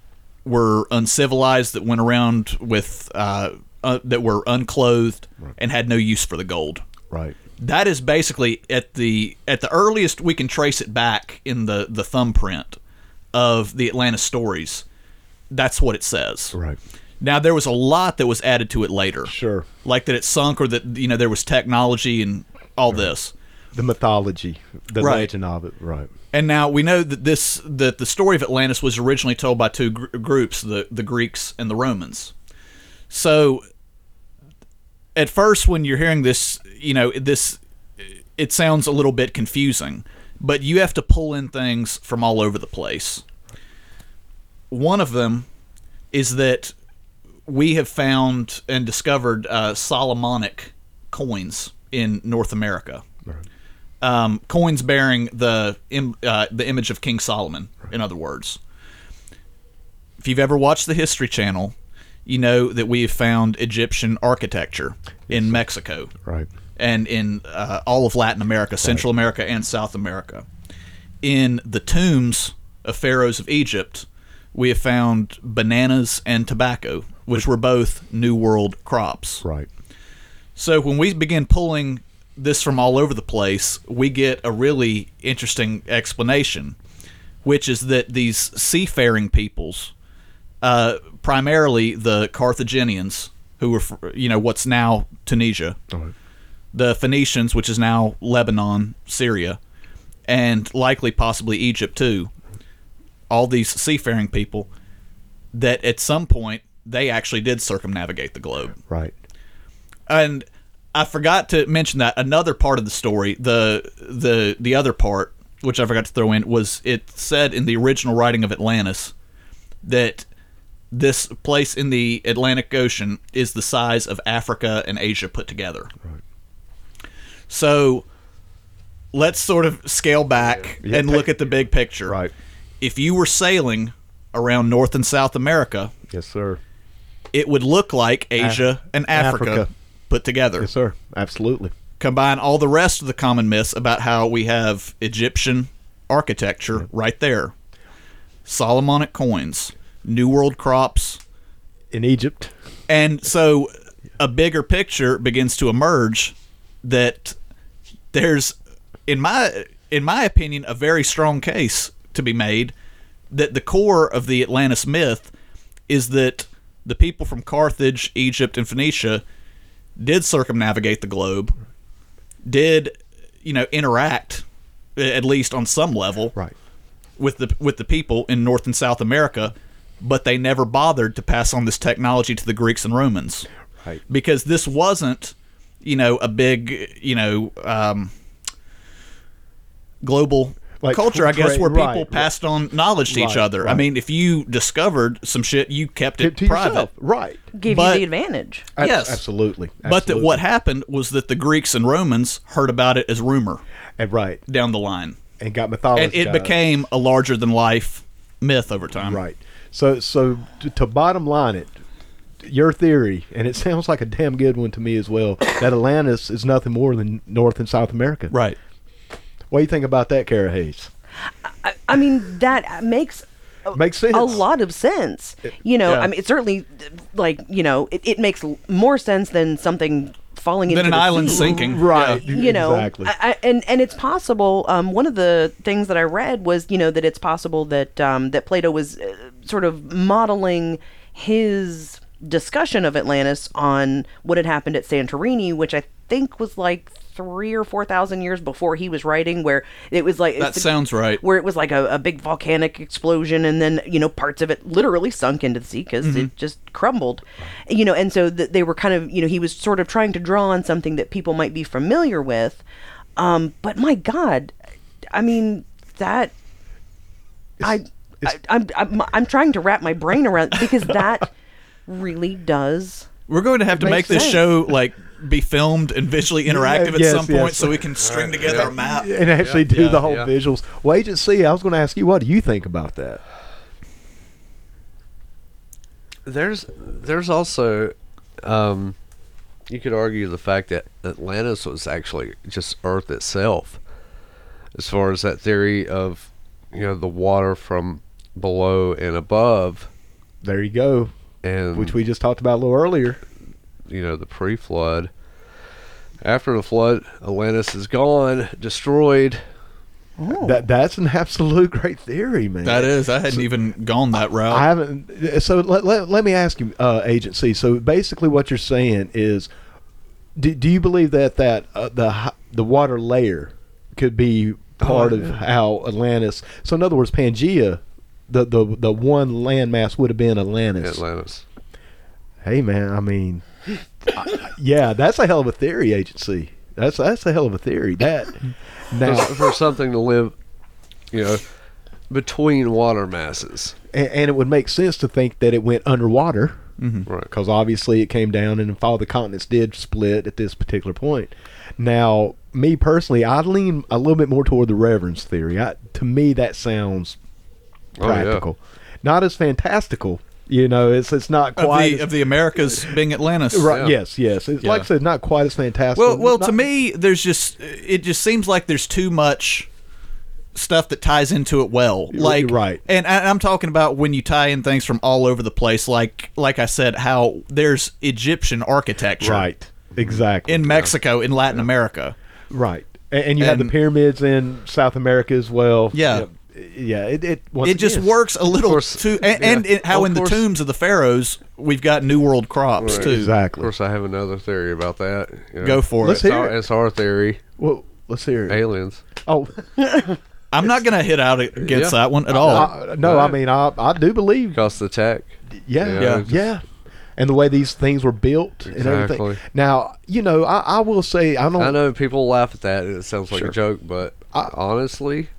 D: were uncivilized that went around with uh, uh, that were unclothed and had no use for the gold.
B: Right.
D: That is basically at the at the earliest we can trace it back in the the thumbprint of the Atlanta stories. That's what it says.
B: Right.
D: Now there was a lot that was added to it later.
B: Sure.
D: Like that it sunk or that you know there was technology and all this.
B: The mythology, the
D: Right.
B: legend of it. Right.
D: And now we know that this that the story of Atlantis was originally told by two gr- groups, the the Greeks and the Romans. So at first when you're hearing this, you know, this it sounds a little bit confusing, but you have to pull in things from all over the place. One of them is that we have found and discovered uh, Solomonic coins in North America um, coins bearing the Im- uh, the image of King Solomon. In other words, if you've ever watched the History Channel, you know that we have found Egyptian architecture in Mexico,
B: Right.
D: and in uh, all of Latin America, Central America, and South America. In the tombs of pharaohs of Egypt, we have found bananas and tobacco, which were both New World crops.
B: Right.
D: So when we begin pulling this from all over the place, we get a really interesting explanation, which is that these seafaring peoples, uh, primarily the Carthaginians, who were fr- you know what's now Tunisia,
B: Right.
D: the Phoenicians, which is now Lebanon, Syria, and likely possibly Egypt too. All these seafaring people that at some point they actually did circumnavigate the globe
B: Right.
D: and I forgot to mention that another part of the story, the the the other part, which I forgot to throw in, was it said in the original writing of Atlantis that this place in the Atlantic Ocean is the size of Africa and Asia put together. Right. So let's sort of scale back
B: Yeah,
D: and
B: pic-
D: look at the big picture.
B: Right.
D: If you were sailing around North and South America,
B: Yes, sir.
D: it would look like Asia and Africa,
B: Africa.
D: put together
B: Yes, sir. Absolutely.
D: combine all the rest of the common myths about how we have Egyptian architecture right there, Solomonic coins, New World crops,
B: In Egypt.
D: and so a bigger picture begins to emerge that there's, in my in my opinion, a very strong case to be made that the core of the Atlantis myth is that the people from Carthage, Egypt, and Phoenicia did circumnavigate the globe, did you know interact at least on some level
B: Right.
D: with the with the people in North and South America, but they never bothered to pass on this technology to the Greeks and Romans,
B: Right.
D: because this wasn't, you know, a big, you know, um, global
B: Like,
D: culture, I guess,
B: right,
D: where people
B: right,
D: passed on knowledge to each
B: Right,
D: other. I
B: right.
D: mean, if you discovered some shit, you kept it
B: Keep to
D: private.
B: yourself. Right.
E: Give
D: But-
E: you the advantage.
B: Ab-
D: Yes.
B: Absolutely.
D: But that
B: Absolutely.
D: what happened was that the Greeks and Romans heard about it as rumor
B: And right.
D: down the line,
B: And got mythologized.
D: and it became a larger than life myth over time.
B: Right. So so to, to bottom line it, your theory, and it sounds like a damn good one to me as well, that Atlantis is nothing more than North and South America.
D: Right.
B: What do you think about that, Kara Hayes?
E: I, I mean, that makes
B: Makes sense.
E: a lot of sense. You know,
B: yeah.
E: I mean, it certainly, like, you know, it, it makes l- more sense than something falling
D: Than
E: into
D: an
E: the
D: island
E: sea.
D: sinking.
B: Right.
D: Yeah.
E: Mm, you know
B: Exactly.
E: I, I, and and it's possible um, one of the things that i read was you know that it's possible that um, that plato was uh, sort of modeling his discussion of atlantis on what had happened at santorini which i think was like three or four thousand years before he was writing where it was like
D: That sounds right.
E: where it was like a, a big volcanic explosion and then you know parts of it literally sunk into the sea because
B: Mm-hmm.
E: it just crumbled you know and so th- they were kind of you know he was sort of trying to draw on something that people might be familiar with um but my god i mean that i I, I'm, I'm I'm trying to wrap my brain around because that really does.
D: We're going to have to
E: It
D: make
E: makes
D: this
E: sense.
D: show like be filmed and visually interactive at
B: yes,
D: some point
B: yes.
D: so we can string together a map.
B: and actually do
C: yeah,
B: the whole
C: yeah.
B: visuals. Well, Agent C, I was going to ask you, what do you think about that?
C: there's there's also um, you could argue the fact that Atlantis was actually just Earth itself, as far as that theory of you know the water from below and above,
B: There you go,
C: and
B: which we just talked about a little earlier.
C: you know the pre-flood. After the flood, Atlantis is gone, destroyed.
E: Oh.
B: That that's an absolute great theory, man.
D: That is, I hadn't even gone that route.
B: I haven't. So let, let, let me ask you, uh, Agent C. So basically, what you're saying is, do, do you believe that that uh, the hi- the water layer could be part of how Atlantis? So in other words, Pangea, the the the one landmass would have been Atlantis.
C: Atlantis.
B: Hey man, I mean, I- yeah, that's a hell of a theory, Agent C. That's that's a hell of a theory. That now,
C: for, for something to live, you know, between water masses.
B: and, and it would make sense to think that it went underwater.
C: Right.
B: because obviously it came down and if all the continents did split at this particular point. Now, me personally, I lean a little bit more toward the reverence theory. I, to me, that sounds
C: Oh, yeah.
B: practical, not as fantastical. You know, it's it's not
D: of
B: quite
D: the,
B: as-
D: of the Americas being Atlantis.
B: right.
C: yeah.
B: Yes, yes. It's like I
D: Yeah.
B: said, not quite as fantastical.
D: Well, well,
B: not-
D: to me, there's just it just seems like there's too much stuff that ties into it well. Like
B: right.
D: and I, I'm talking about when you tie in things from all over the place. Like like I said, how there's Egyptian architecture
B: right, exactly,
D: in Mexico, in Latin America.
B: right, and, and you have the
D: and-
B: pyramids in South America as well.
D: Yeah.
B: yeah. yeah, It it, once
D: it just
B: again-
D: works a little
C: course,
D: too, and,
C: yeah.
D: and it, how
C: Of
D: in
C: course.
D: the tombs of the pharaohs, we've got New World crops
C: Right.
D: too.
C: Of
B: exactly.
C: course, I have another theory about that. you know.
D: Go for
B: Let's
D: it.
C: It's
B: hear
C: our,
B: it.
C: it's our theory.
B: Well, let's hear it.
C: Aliens.
B: Oh.
D: I'm not gonna hit out against
C: Yeah.
D: that one at all.
B: I, no, I mean I I do believe
C: Cost the tech.
B: yeah
C: Yeah,
B: yeah,
C: just-
B: and the way these things were built and everything.
C: Exactly.
B: Now you know I, I will say
D: Oh.
B: I don't
C: I
B: I,
C: know people laugh at that and it sounds like a joke, but honestly,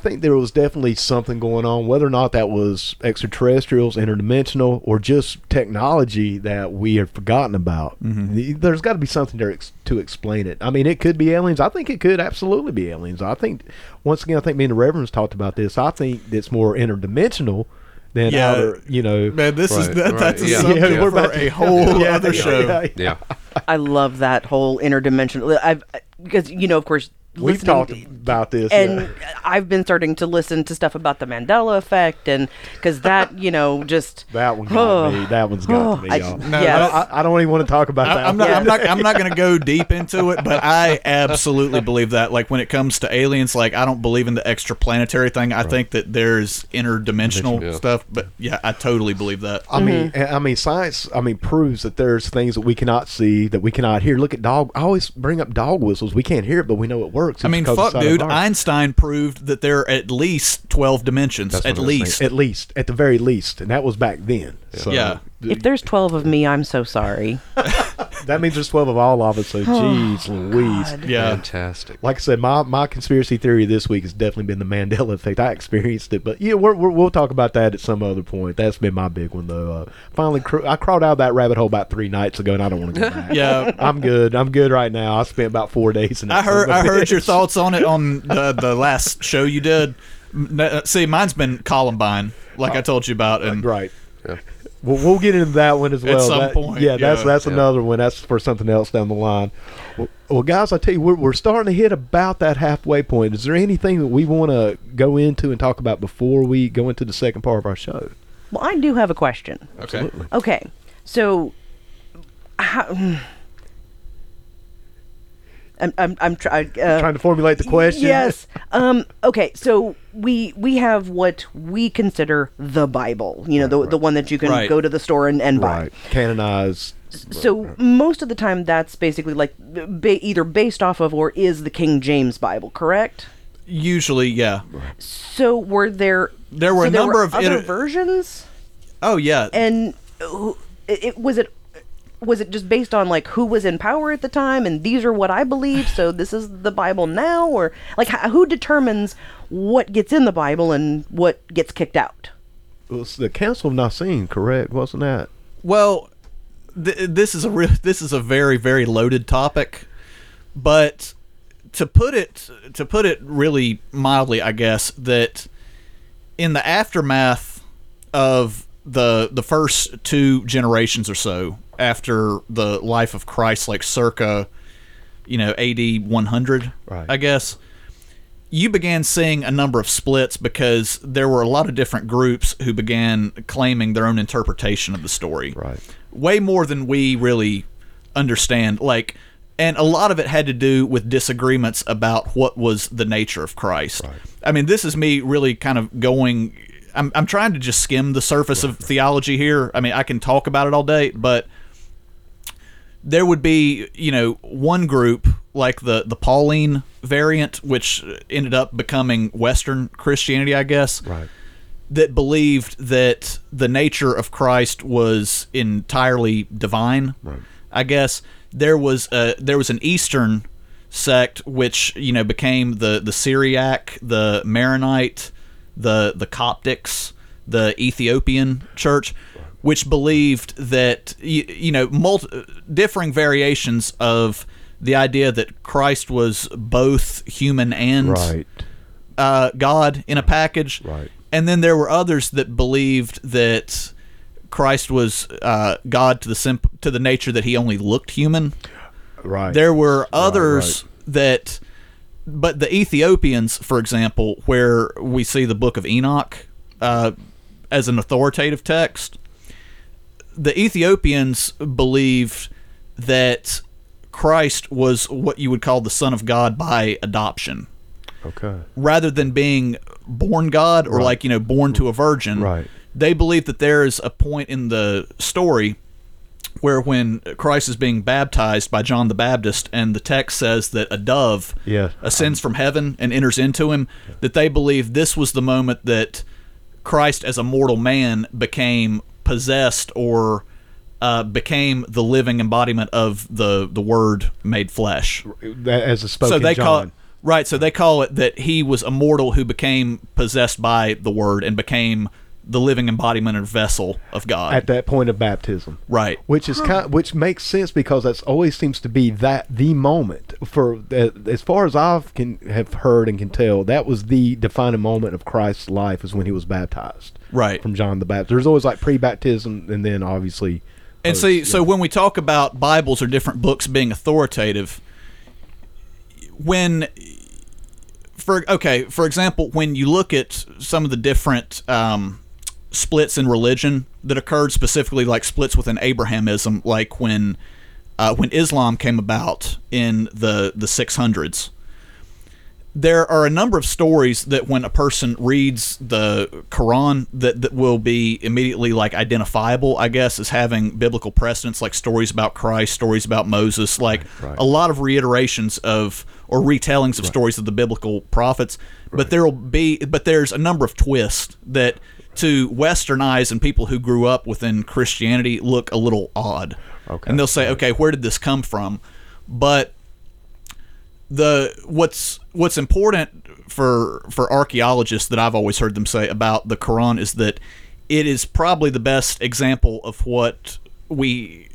B: think there was definitely something going on whether or not that was extraterrestrials, interdimensional, or just technology that we have forgotten about.
C: Mm-hmm.
B: The- There's got to be something there ex- to explain it. I mean, it could be aliens. I think it could absolutely be aliens. I think once again I think me and the Reverend's talked about this. I think it's more interdimensional than
D: Yeah.
B: outer. You know.
D: Man, this is
C: Right,
D: that,
C: right,
D: that's a
C: yeah.
D: subject
B: Yeah, we're
D: for
B: about to-
D: a whole
B: Yeah,
D: other
B: yeah,
D: show.
B: yeah,
C: yeah.
E: I love that whole interdimensional. I've because you know, of course,
B: We've
E: listening-
B: talked about this.
E: and
B: yeah.
E: I've been starting to listen to stuff about the Mandela effect, and because that you know just
B: That one
D: Oh.
B: got me. That one's got me,
E: I-
B: y'all.
E: No, yes.
B: I, I don't even want to talk about that.
D: I- I'm
B: one.
D: not, I'm not. I'm not going to go deep into it, but I absolutely believe that. Like when it comes to aliens, like I don't believe in the extraplanetary thing. I think that there's interdimensional
C: Yeah.
D: stuff. But yeah, I totally believe that.
B: I mean,
D: Mm-hmm.
B: I mean, science. I mean, proves that there's things that we cannot see, that we cannot hear. Look at dog. I always bring up dog whistles. We can't hear it, but we know it works.
D: I
B: It's
D: mean,
B: because
D: fuck,
B: it's out of
D: dude.
B: our-
D: Einstein proved that there are at least twelve dimensions.
C: That's what
D: At
C: I was
D: least.
B: at least, at the very least, and that was back then. So
D: Yeah.
E: if there's twelve of me, I'm so sorry.
B: that means there's twelve of all of us.
D: Oh,
B: So, jeez, Louise.
D: Yeah.
C: Fantastic.
B: Like I said, my, my conspiracy theory this week has definitely been the Mandela effect. I experienced it, but yeah, we're, we're, we'll talk about that at some other point. That's been my big one, though. Uh, finally, cr- I crawled out of that rabbit hole about three nights ago, and I don't want to go back.
D: Yeah.
B: I'm good. I'm good right now. I spent about four days. In that
D: I heard.
B: son
D: I
B: of a
D: heard your
B: bitch.
D: thoughts on it on the the last show you did. N- uh, See, mine's been Columbine, like I told you about, and
B: Uh, Right. Well, we'll get into that one as well.
D: some
B: That-
D: point,
B: yeah, that's
D: yeah.
B: that's
C: Yeah.
B: another one. That's for something else down the line. Well, well, guys, I tell you, we're, we're starting to hit about that halfway point. Is there anything that we want to go into and talk about before we go into the second part of our show?
E: Well, I do have a question.
D: okay.
E: Okay, so how, I'm I'm I'm try, uh,
B: Trying to formulate the question.
E: Yes. Um, okay. So we we have what we consider the Bible. You know, the the one that you can
D: Right.
E: go to the store and, and buy.
B: Right. Canonized.
E: So most of the time, that's basically like ba- either based off of or is the King James Bible, correct?
D: Usually, yeah.
E: So were there
D: There were
E: so
D: a number of
E: other
D: inter-
E: versions,
D: Oh yeah.
E: and who, it, it was it. Was it just based on like who was in power at the time, and these are what I believe, so this is the Bible now, or like h- who determines what gets in the Bible and what gets kicked out?
B: It was the Council of Nicene, correct? Wasn't that?
D: Well, th- this is a re- this is a very very loaded topic, but to put it to put it really mildly, I guess that in the aftermath of the the first two generations or so after the life of Christ, like circa you know AD 100,
C: Right.
D: I guess you began seeing a number of splits because there were a lot of different groups who began claiming their own interpretation of the story.
C: Right.
D: Way more than we really understand. Like, and a lot of it had to do with disagreements about what was the nature of Christ. I mean, this is me really kind of going. I'm, I'm trying to just skim the surface of theology here. I mean, I can talk about it all day, but there would be you know one group like the the Pauline variant, which ended up becoming Western Christianity, I guess,
C: Right.
D: that believed that the nature of Christ was entirely divine. I guess there was a there was an Eastern sect which you know became the the Syriac, the Maronite, the the Coptics, the Ethiopian Church, which believed that you, you know multi, differing variations of the idea that Christ was both human and
B: Right.
D: uh, God in a package.
C: Right.
D: And then there were others that believed that Christ was uh, God to the simp- to the nature that he only looked human.
B: Right.
D: There were others that, but the Ethiopians, for example, where we see the Book of Enoch uh, as an authoritative text, the Ethiopians believed that Christ was what you would call the Son of God by adoption
C: Okay.
D: rather than being born God or like you know born to a virgin,
C: Right.
D: They believe that there is a point in the story where when Christ is being baptized by John the Baptist, and the text says that a dove
B: Yeah.
D: ascends from heaven and enters into him, that they believe this was the moment that Christ as a mortal man became possessed or. Uh, became the living embodiment of the the Word made flesh
B: that, as a spoken
D: so they
B: John.
D: call it, right. So they call it that he was a mortal who became possessed by the word and became the living embodiment and vessel of God.
B: at that point of baptism.
D: Right.
B: Which is kind, which makes sense because that's always seems to be that the moment for uh, as far as I can have heard and can tell that was the defining moment of Christ's life is when he was baptized.
D: Right.
B: From John the Baptist. There's always like pre-baptism and then obviously
D: and see, so when we talk about Bibles or different books being authoritative, when for okay, for example, when you look at some of the different um, splits in religion that occurred, specifically like splits within Abrahamism, like when uh, when Islam came about in the the six hundreds. There are a number of stories that when a person reads the Quran that, that will be immediately like identifiable, I guess, as having biblical precedents, like stories about Christ, stories about Moses, like a lot of reiterations of or retellings of stories of the biblical prophets. But there'll be but there's a number of twists that to Western eyes and people who grew up within Christianity look a little odd. Okay. And they'll say, okay, where did this come from? But the what's what's important for for archaeologists that I've always heard them say about the Quran is that it is probably the best example of what we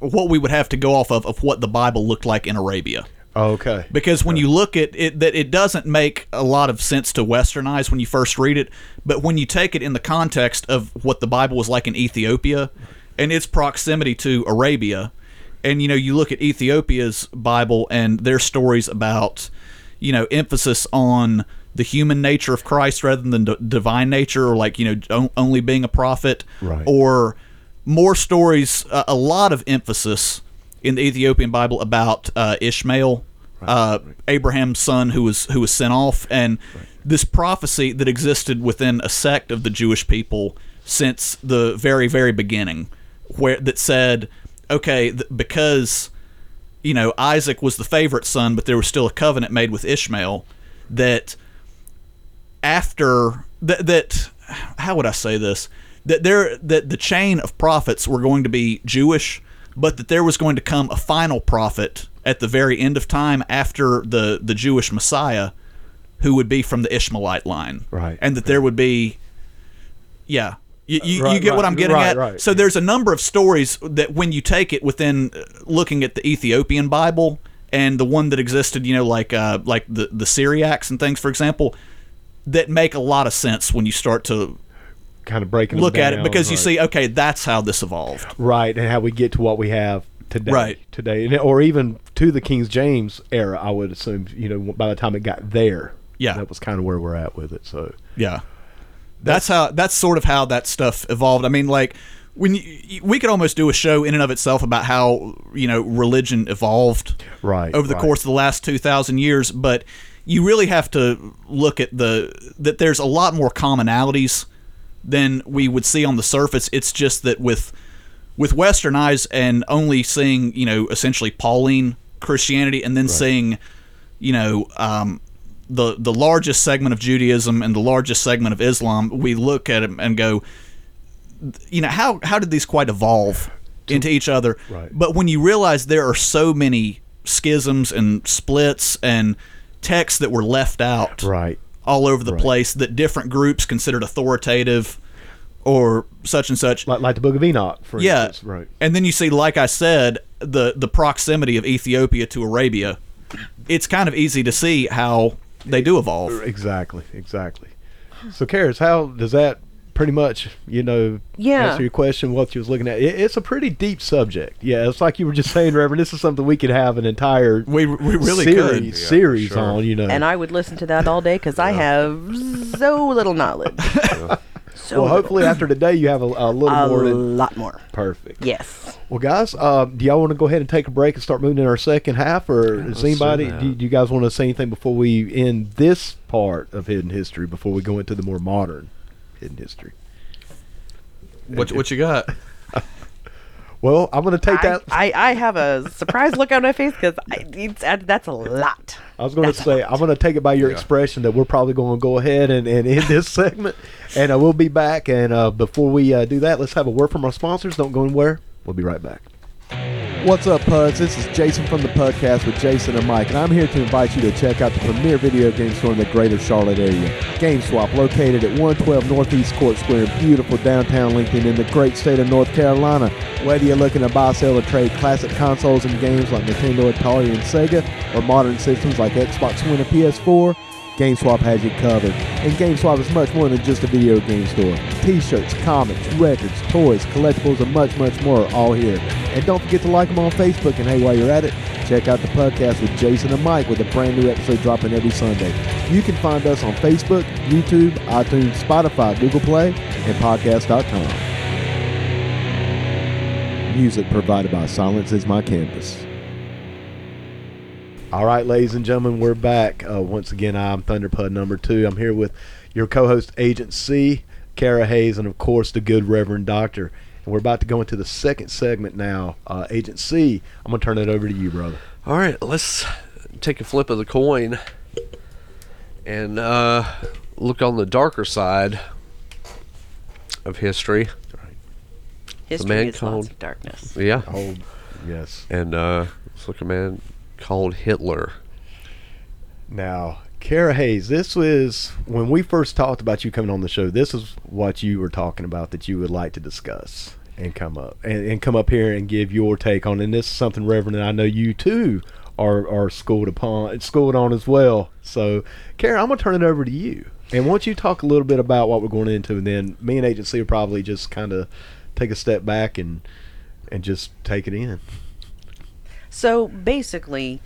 D: what we would have to go off of of what the Bible looked like in Arabia
B: Okay.
D: because when you look at it that it doesn't make a lot of sense to western eyes when you first read it but when you take it in the context of what the bible was like in ethiopia and its proximity to arabia and you know you look at ethiopia's bible and their stories about you know emphasis on the human nature of christ rather than the divine nature or like you know on- only being a prophet
B: Right.
D: or more stories uh, a lot of emphasis in the ethiopian bible about uh, ishmael uh, Abraham's son who was who was sent off, and this prophecy that existed within a sect of the Jewish people since the very very beginning, where that said, okay, th- because you know Isaac was the favorite son, but there was still a covenant made with Ishmael that after that that how would I say this that there that the chain of prophets were going to be Jewish, but that there was going to come a final prophet at the very end of time after the the Jewish Messiah, who would be from the Ishmaelite line,
B: Right.
D: and that there would be yeah You, you,
B: Right,
D: you get what
B: right,
D: I'm getting
B: right,
D: at?
B: right.
D: So there's a number of stories that when you take it within uh, looking at the Ethiopian Bible and the one that existed, you know, like uh, like the the Syriacs and things, for example, that make a lot of sense when you start to
B: kind of breaking them
D: look at it
B: down,
D: because you
B: right.
D: see, okay, that's how this evolved.
B: right and how we get to what we have today
D: Right.
B: today and, or even to the King James era I would assume you know by the time it got there
D: Yeah.
B: that was kind of where we're at with it so
D: Yeah. That's how that's sort of how that stuff evolved. I mean, like when you, you- we could almost do a show in and of itself about how, you know, religion evolved
B: Right,
D: over the
B: right.
D: course of the last 2000 years, but you really have to look at the that there's a lot more commonalities than we would see on the surface. It's just that with with western eyes and only seeing, you know, essentially Pauline Christianity and then seeing you know, um, the the largest segment of Judaism and the largest segment of Islam, we look at them and go, you know, how how did these quite evolve into each other?
B: Right.
D: But when you realize there are so many schisms and splits and texts that were left out,
B: right
D: all over the
B: Right.
D: place that different groups considered authoritative or such and such.
B: like, like the Book of Enoch for
D: yeah,
B: instance right
D: And then you see, like I said, the the proximity of Ethiopia to Arabia. It's kind of easy to see how they do evolve.
B: exactly exactly so Karis how does that pretty much you know
E: Yeah.
B: answer your question what you was looking at it, it's a pretty deep subject yeah it's like you were just saying Reverend this is something we could have an entire
D: We we really
B: series,
D: could.
B: series
C: sure.
B: on you know
E: and I would listen to that all day because I have so little knowledge. so
B: well hopefully after today you have a, a little
E: a
B: more than
E: lot more.
B: perfect
E: Yes.
B: Well, guys, uh, do y'all want to go ahead and take a break and start moving in our second half, or is
C: let's do
B: anybody?
C: that.
B: Do, do you guys want to say anything before we end this part of hidden history? Before we go into the more modern hidden history?
D: What what you got?
B: Well, I'm going to take
E: I,
B: that. I,
E: I, I have a surprised look on my face because uh, that's a lot.
B: was going to
E: that's
B: say I'm going to take it by your
C: Yeah.
B: expression that we're probably going to go ahead and, and end this segment, and uh, we'll be back. And uh, before we uh, do that, let's have a word from our sponsors. Don't go anywhere. We'll be right back. What's up, Puds? This is Jason from the podcast with Jason and Mike, and I'm here to invite you to check out the premier video game store in the greater Charlotte area, GameSwap, located at 112 Northeast Court Square in beautiful downtown Lincoln in the great state of North Carolina. Whether you're looking to buy, sell, or trade classic consoles and games like Nintendo, Atari, and Sega, or modern systems like Xbox One and PS4, GameSwap has you covered. And GameSwap is much more than just a video game store. T-shirts, comics, records, toys, collectibles, and much, much more are all here. And don't forget to like them on Facebook. And hey, while you're at it, check out the podcast with Jason and Mike with a brand new episode dropping every Sunday. You can find us on Facebook, YouTube, iTunes, Spotify, Google Play, and podcast.com. Music provided by Silence is My Canvas. All right, ladies and gentlemen, we're back. Uh, once again, I'm Thunderpud number two. I'm here with your co host, Agent C, Kara Hayes, and of course, the good Reverend Doctor. And we're about to go into the second segment now. Uh, Agent C, I'm going to turn it over to you, brother.
C: All right, let's take a flip of the coin and uh, look on the darker side of history. man
E: History is
C: called-
E: lots of darkness.
C: Yeah.
B: Oh, yes.
C: And uh, let's look at a man called Hitler.
B: Now, Kara Hayes, this was when we first talked about you coming on the show, this is what you were talking about that you would like to discuss and come up and, and come up here and give your take on. And this is something, Reverend, that I know you too are, are schooled upon schooled on as well. So Kara, I'm gonna turn it over to you. And why don't you talk a little bit about what we're going into and then me and agency will probably just kinda take a step back and and just take it in.
E: So basically,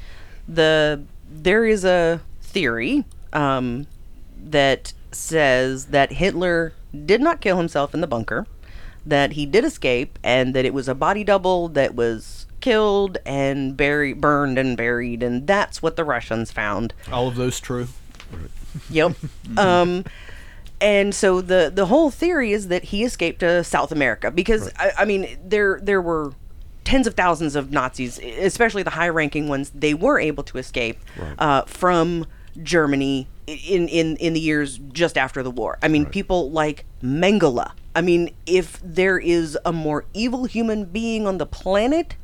E: the there is a theory um, that says that Hitler did not kill himself in the bunker, that he did escape, and that it was a body double that was killed and buried, burned and buried, and that's what the Russians found.
D: All of those true.
E: Yep. um, and so the the whole theory is that he escaped to South America because I, I mean there there were tens of thousands of Nazis, e, especially the high ranking ones. They were able to escape uh, from Germany in in in the years just after the war. I mean, people like Mengele. I mean, if there is a more evil human being on the planet,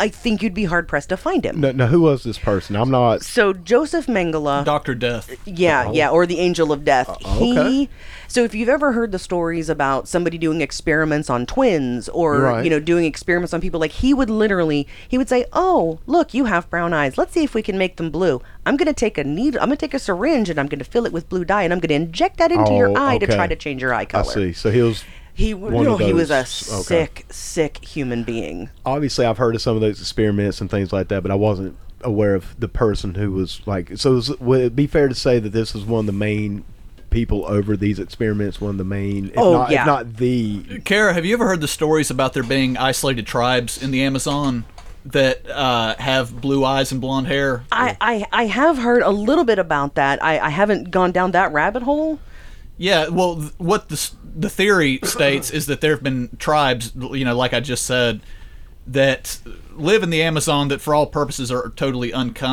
E: I think you'd be hard pressed to find him.
B: No, no. Who was this person? I'm not.
E: So Joseph Mengele,
D: Doctor Death.
E: yeah, yeah, or the Angel of Death.
B: Uh, oh, okay.
E: He. So if you've ever heard the stories about somebody doing experiments on twins, or
B: Right.
E: you know doing experiments on people, like he would literally, he would say, "Oh, look, you have brown eyes. Let's see if we can make them blue. I'm gonna take a needle. I'm gonna take a syringe and I'm gonna fill it with blue dye and I'm gonna inject that into
B: Oh,
E: your eye to
B: okay.
E: try to change your eye
B: I
E: color."
B: see. So he was.
E: He w-
B: One
E: no,
B: of
E: he was a
B: those- okay.
E: sick, sick human being.
B: Obviously, I've heard of some of those experiments and things like that, but I wasn't aware of the person who was like. So is, would it be fair to say that this is one of the main people over these experiments? One of the main. If
E: Oh,
B: not,
E: yeah.
B: If not the.
D: Kara, have you ever heard the stories about there being isolated tribes in the Amazon that uh, have blue eyes and blonde hair?
E: I, I, I have heard a little bit about that. I, I haven't gone down that rabbit hole.
D: Yeah, well, th- what the s- the theory states is that there have been tribes, you know, like I just said, that live in the Amazon that, for all purposes, are totally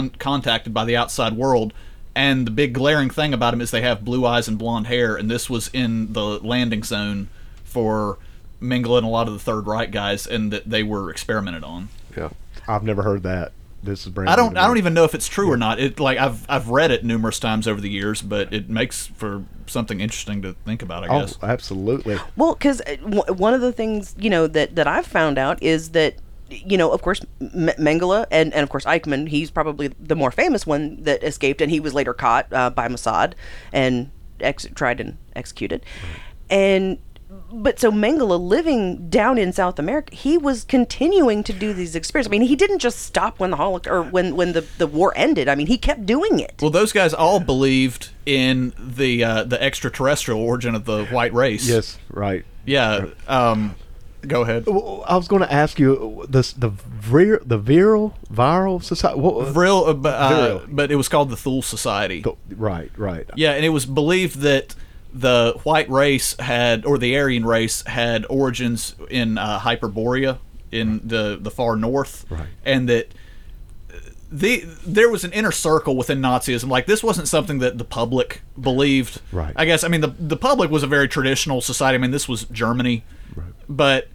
D: uncontacted by the outside world. And the big glaring thing about them is they have blue eyes and blonde hair. And this was in the landing zone for Mingle and a lot of the Third Right guys, and that they were experimented on.
C: Yeah.
B: I've never heard that. This is brand.
D: I
B: new
D: don't.
B: to
D: I don't
B: me.
D: even know if it's true or not. It like I've I've read it numerous times over the years, but it makes for something interesting to think about. I
B: Oh,
D: guess.
B: absolutely.
E: Well, because w- one of the things, you know, that, that I've found out is that, you know, of course, M- Mengele and, and, of course, Eichmann, he's probably the more famous one that escaped, and he was later caught uh, by Mossad and ex- tried and executed. And, but so Mengele living down in South America, he was continuing to do these experiments. I mean, he didn't just stop when the Holocaust or when, when the, the war ended. I mean, he kept doing it.
D: Well, those guys all believed in the uh, the extraterrestrial origin of the white race.
B: Yes. Right.
D: Yeah. Um, go ahead.
B: Well, I was going to ask you uh, this: the vir, the viral, viral society. What,
D: Vril, uh, bu- uh,
B: Vril.
D: but it was called the Thule Society.
B: right, right.
D: Yeah, and it was believed that the white race had, or the Aryan race had origins in uh, Hyperborea in the the far north,
B: Right.
D: and that uh, the there was an inner circle within Nazism. Like this wasn't something that the public believed.
B: Right.
D: I guess I mean the the public was a very traditional society. I mean this was Germany, right. but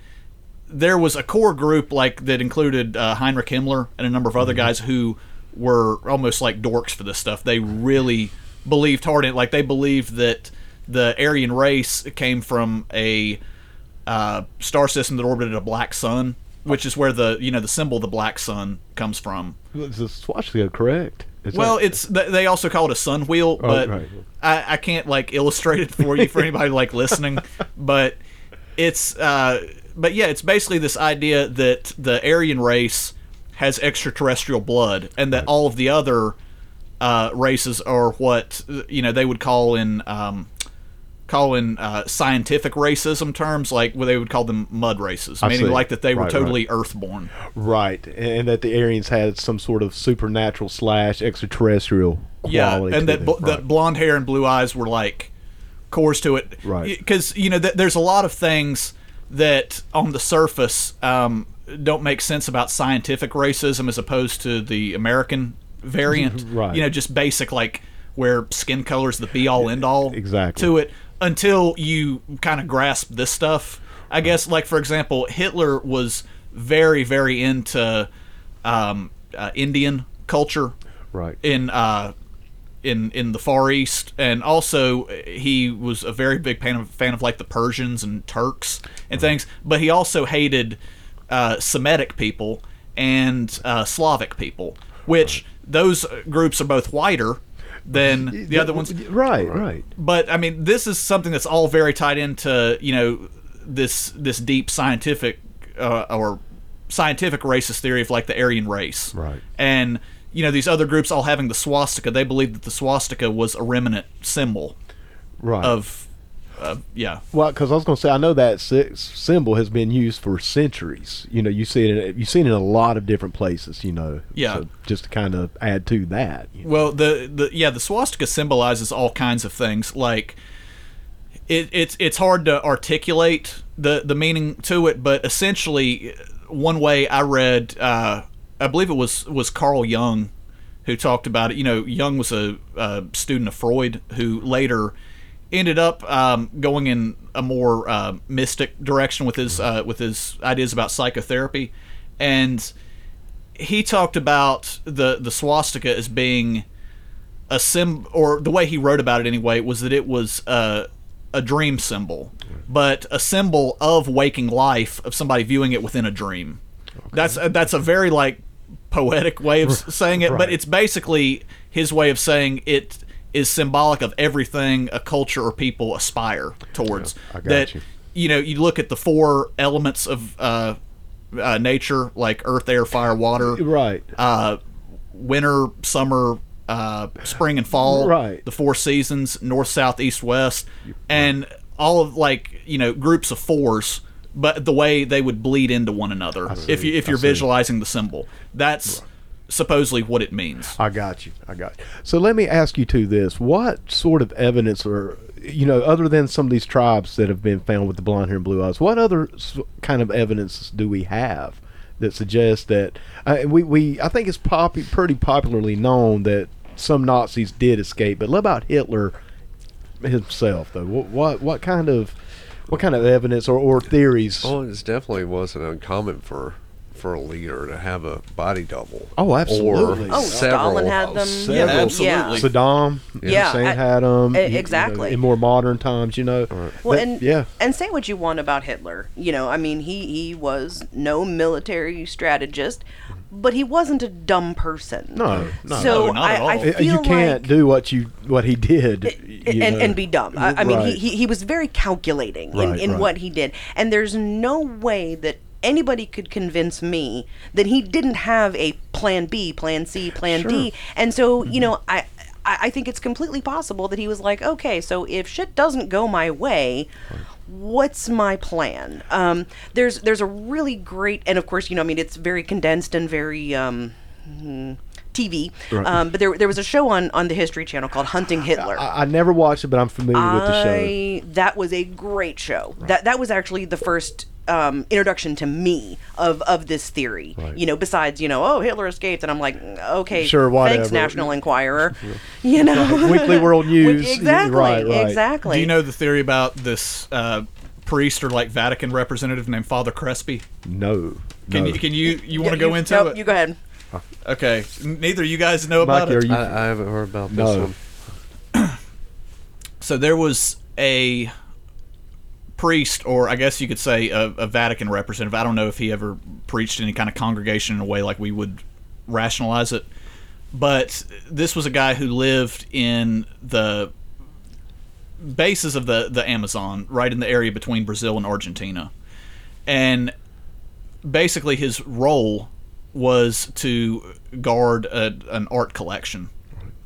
D: there was a core group like that included uh, Heinrich Himmler and a number of other guys who were almost like dorks for this stuff. They really believed hard in it. Like they believed that the Aryan race came from a uh, star system that orbited a black sun, which is where the you know the symbol of the black sun comes from.
B: Is the swastika correct? Is
D: Well,
B: that-
D: it's th- they also call it a sun wheel, but
B: Oh, right.
D: I, I can't like illustrate it for you for anybody like listening. But it's uh, but yeah, it's basically this idea that the Aryan race has extraterrestrial blood, and that all of the other uh, races are what you know they would call in um, call in uh, scientific racism terms, like where they would call them mud races,
B: I
D: meaning
B: see.
D: like that they were
B: Right, right.
D: totally Earthborn.
B: right, and that the Aryans had some sort of supernatural slash extraterrestrial quality.
D: yeah, and
B: to
D: that
B: them,
D: bl-
B: right.
D: that blonde hair and blue eyes were like cores to it,
B: Right.
D: Because you know, th- there's a lot of things that on the surface um, don't make sense about scientific racism as opposed to the American variant,
B: Right.
D: You know, just basic like where skin color is the be all end all,
B: Exactly.
D: to it until you kind of grasp this stuff. I guess, like for example, Hitler was very, very into um, uh, Indian culture,
B: Right.
D: in uh, in in the Far East, and also uh, he was a very big fan of, fan of like the Persians and Turks and things. But he also hated uh, Semitic people and uh, Slavic people, which those uh, groups are both whiter than the other ones
B: Right, right.
D: but I mean, this is something that's all very tied into you know this this deep scientific uh, or scientific racist theory of like the Aryan race,
B: Right.
D: And you know these other groups all having the swastika. They believed that the swastika was a remnant symbol
B: Right.
D: of, of yeah.
B: Well, because I was going to say, I know that sy- symbol has been used for centuries. You know, you see it. In, you've seen it in a lot of different places. You know.
D: Yeah.
B: So just to kind of add to that. you know.
D: Well, the, the yeah, the swastika symbolizes all kinds of things. Like it, it's it's hard to articulate the the meaning to it, but essentially, one way I read, uh, I believe it was was Carl Jung who talked about it. You know, Jung was a, uh student of Freud who later ended up um, going in a more uh, mystic direction with his uh, with his ideas about psychotherapy, and he talked about the the swastika as being a sim or the way he wrote about it anyway was that it was uh, a dream symbol, but a symbol of waking life of somebody viewing it within a dream. That's uh, that's a very like poetic way of s saying it, but it's basically his way of saying it is symbolic of everything a culture or people aspire towards.
B: I got
D: that
B: you.
D: you know you look at the four elements of uh, uh, nature like earth, air, fire, water
B: Right.
D: uh, winter, summer, uh, spring, and fall.
B: Right.
D: The four seasons: north, south, east, west, and all of like you know groups of fours. But the way they would bleed into one another if you if you're visualizing the symbol, that's supposedly what it means.
B: I got you. I got you. So let me ask you too this. What sort of evidence or you know, other than some of these tribes that have been found with the blonde hair and blue eyes, what other s- kind of evidence do we have that suggests that uh, we, we I think it's popu- pretty popularly known that some Nazis did escape, but what about Hitler himself though? What what, what kind of what kind of evidence or, or theories?
C: Oh, it definitely wasn't uncommon for for a leader to have a body double.
B: Oh, absolutely.
C: Or
B: Oh,
C: several.
E: Stalin had them.
B: Yeah,
E: Yeah.
D: absolutely.
B: Saddam
C: Yeah.
B: Hussein
E: Yeah, I-
B: had them
E: e- exactly.
B: in more modern times, you know.
E: Well,
B: That-
E: and
B: yeah,
E: and say what you want about Hitler. You know, I mean, he he was no military strategist, but he wasn't a dumb person.
B: no, no.
E: so
D: No, not at
E: I, I
D: all.
E: feel
B: Uh, you can't
E: like,
B: do what you what he did you
E: and,
B: know.
E: and be dumb. I, I mean,
B: Right.
E: he, he, he was very calculating
B: Right,
E: in, in
B: right.
E: what he did. And there's no way that anybody could convince me that he didn't have a plan B, plan C, plan D. And so,
B: Mm-hmm.
E: you know, I. I I think it's completely possible that he was like, okay, so if shit doesn't go my way, what's my plan? Um, there's there's a really great, and of course, you know, I mean, it's very condensed and very um, mm, TV. Um, but there, there was a show on on the History Channel called Hunting Hitler.
B: I, I never watched it, but I'm familiar with the show.
E: I- That was a great show. That that was actually the first um, introduction to me of of this theory. You know, besides you know, oh Hitler escaped, and I'm like, mm, okay,
B: Sure, whatever.
E: Thanks, National Enquirer. You know,
B: Weekly World News.
E: exactly,
B: Right, right.
E: exactly.
D: Do you know the theory about this uh, priest or like Vatican representative named Father Crespi?
B: No,
D: Can
B: no.
D: you can you you want to
E: Yeah,
D: go
E: you-
D: into
E: nope,
D: it?
E: You go ahead.
D: okay, neither of you guys know about
B: Mikey,
D: it.
B: are you?
C: I, I haven't heard about this
B: No.
C: one.
D: So there was a priest, or I guess you could say a, a Vatican representative. I don't know if he ever preached any kind of congregation in a way like we would rationalize it. But this was a guy who lived in the bases of the, the Amazon, right in the area between Brazil and Argentina. And basically, his role was to guard a, an art collection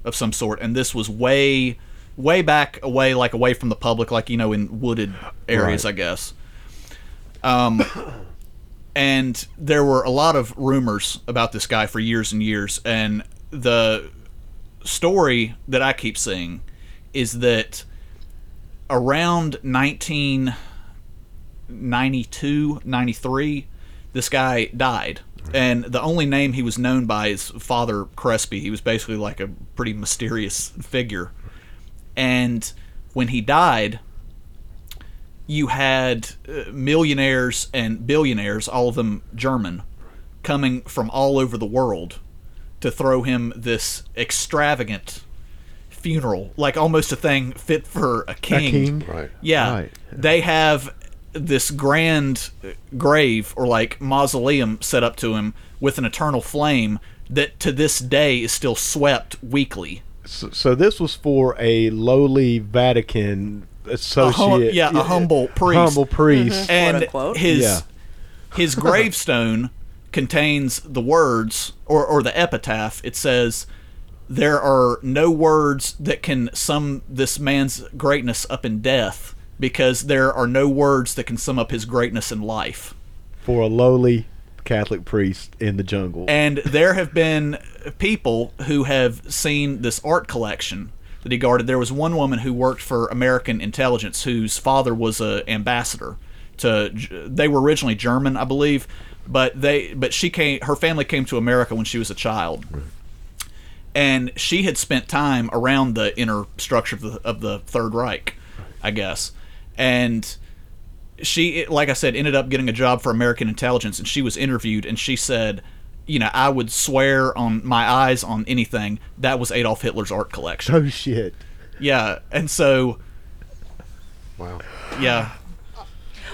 D: of some sort. And this was way, way back away, like away from the public, like, you know, in wooded areas, I guess. Um, and there were a lot of rumors about this guy for years and years and the story that i keep seeing is that around 1992 93 this guy died and the only name he was known by is father crespi he was basically like a pretty mysterious figure and when he died you had uh, millionaires and billionaires, all of them German, coming from all over the world to throw him this extravagant funeral, like almost a thing fit for a king.
B: king?
C: Right.
D: Yeah.
B: Right.
D: They have this grand uh, grave or like mausoleum set up to him with an eternal flame that to this day is still swept weekly.
B: So, so this was for a lowly Vatican associate.
D: yeah, a humble priest.
B: Oh, Humble priest.
E: Mm-hmm.
D: and
E: unquote.
D: his
B: Yeah.
D: his gravestone contains the words or or the epitaph. It says, "There are no words that can sum this man's greatness up in death, because there are no words that can sum up his greatness in life."
B: for a lowly Catholic priest in the jungle.
D: And there have been people who have seen this art collection that he guarded. There was one woman who worked for American intelligence whose father was a ambassador to G- they were originally German, I believe, but they but she came her family came to America when she was a child. And she had spent time around the inner structure of the of the Third Reich, I guess. And she like i said ended up getting a job for american intelligence and she was interviewed and she said you know, I would swear on my eyes on anything that was Adolf Hitler's art collection.
B: Oh shit.
D: Yeah, and so
C: Wow.
D: yeah, Uh,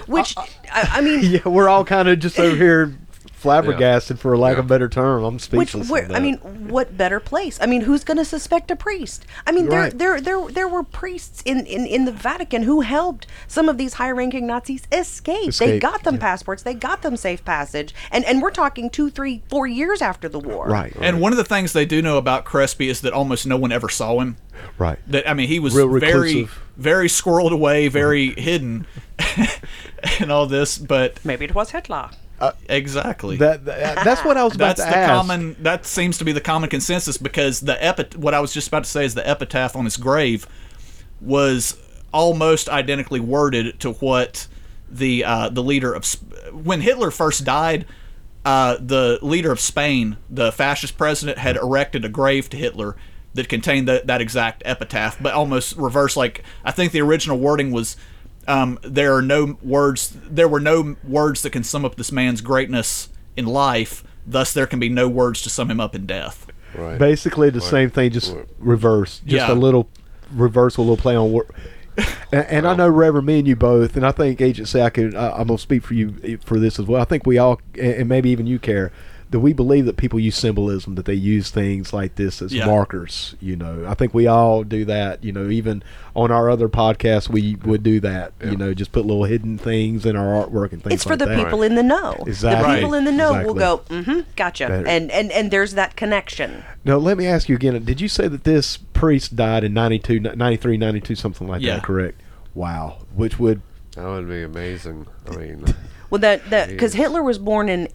E: Which I, I mean,
B: Yeah, we're all kind of just over here flabbergasted for lack of a
C: Yeah.
B: better term. I'm
E: which
B: speechless.
E: where,
B: on
E: I
B: that.
E: mean, what better place? I mean, who's going to suspect a priest? I mean, there,
B: Right.
E: there, there, there were priests in, in, in the Vatican who helped some of these high-ranking Nazis escape. They
B: Escape,
E: got them
B: yeah.
E: passports. They got them safe passage. And and we're talking two, three, four years after the war.
B: right,
D: and one of the things they do know about Crespi is that almost no one ever saw him.
B: right.
D: That I mean, he was
B: Real
D: very,
B: reclusive.
D: very squirreled away, very hidden, and all this. But
E: Maybe it was Hitler.
D: exactly,
B: That, that- that's what I was about
D: that's
B: to
D: the
B: ask.
D: common. That seems to be the common consensus because the epit. What I was just about to say is the epitaph on his grave was almost identically worded to what the uh, the leader of Sp- when Hitler first died. Uh, the leader of Spain, the fascist president, had erected a grave to Hitler that contained the, that exact epitaph, but almost reverse. Like I think the original wording was, um, "There are no words. There were no words that can sum up this man's greatness in life. Thus, there can be no words to sum him up in death."
C: Right.
B: Basically, the same thing, just
C: Right.
B: reverse, just
D: Yeah.
B: a little reversal, a little play on word. And, and I know Reverend, me and you both, and I think Agent Say, I could, I, I'm gonna speak for you eh, for this as well. I think we all, and and maybe even you care, that we believe that people use symbolism, that they use things like this as
D: Yeah.
B: markers. You know, I think we all do that. You know, even on our other podcasts, we would do that. You know, just put little hidden things in our artwork and things.
E: It's for
B: like
E: the
B: that.
E: people in the know. The
B: Exactly.
E: people in the know will
B: Exactly.
E: go, mm-hmm, gotcha.
B: Better.
E: And, and and there's that connection.
B: Now, let me ask you again. Did you say that this priest died in 92, 93, 92, something like
D: Yeah.
B: that, correct? Wow. Which would.
E: Mm-hmm.
C: That would be amazing. I mean,
E: Well, that that because
C: Jeez.
E: Hitler was born in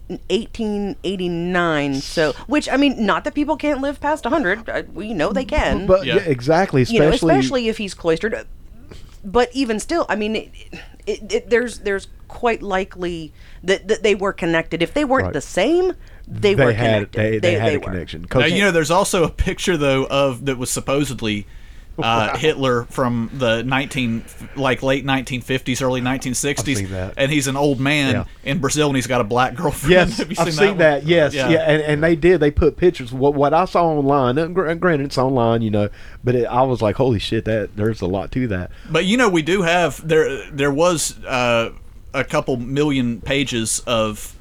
E: 1889, so which I mean, not that people can't live past 100. uh, We know they can,
B: But
D: Yeah.
B: yeah, exactly.
E: you know,
B: Especially,
E: especially if he's cloistered. uh, But even still, I mean, it, it, it, there's there's quite likely that, that they were connected. If they weren't
B: Right.
E: the same, they,
B: they
E: were
B: had
E: connected.
B: they, they, had a
E: were.
B: connection.
D: Now,
B: 'Cause-
D: you know, there's also a picture though of that was supposedly uh,
B: Oh,
D: Hitler from the 19 like late 1950s, early 1960s,
B: I've seen that.
D: and he's an old man
B: Yeah.
D: in Brazil and he's got a black girlfriend.
B: Yes,
D: Have you
B: I've seen
D: one?
B: that. Yes, yeah,
D: Yeah.
B: and, and they did. They put pictures. What what I saw online, and gr- granted, it's online, you know, but it, I was like, holy shit, that there's a lot to that.
D: But you know, we do have there. There was uh, a couple million pages of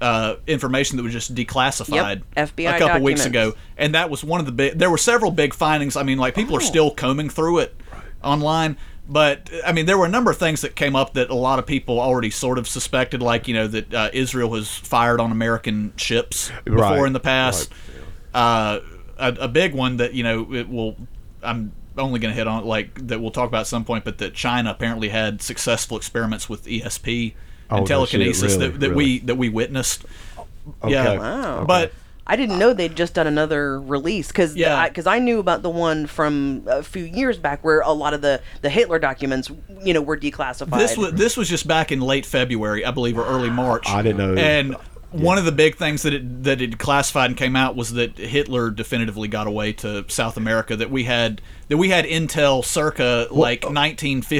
D: uh, information that was just declassified
E: Yep,
D: a
E: FBI
D: couple weeks
E: documents.
D: ago, and that was one of the big. There were several big findings. I mean, like people are
B: Oh.
D: still combing through it online. But I mean, there were a number of things that came up that a lot of people already sort of suspected, like you know that uh, Israel has fired on American ships before
B: Right,
D: in the past. Uh, a, a big one that you know it will. I'm only going to hit on like that we'll talk about at some point, but that China apparently had successful experiments with ESP
B: Oh,
D: and
B: no shit,
D: telekinesis
B: really,
D: that, that
B: really?
D: we that we witnessed.
B: Okay.
D: Yeah,
E: Wow.
D: but
E: I didn't know they'd just done another release because
D: Yeah.
E: because I knew about the one from a few years back where a lot of the, the Hitler documents you know were declassified.
D: this was this was just back in late February, I believe, or early March.
B: I didn't know.
D: And one of the big things that it that it classified and came out was that Hitler definitively got away to South America. That we had that we had intel circa like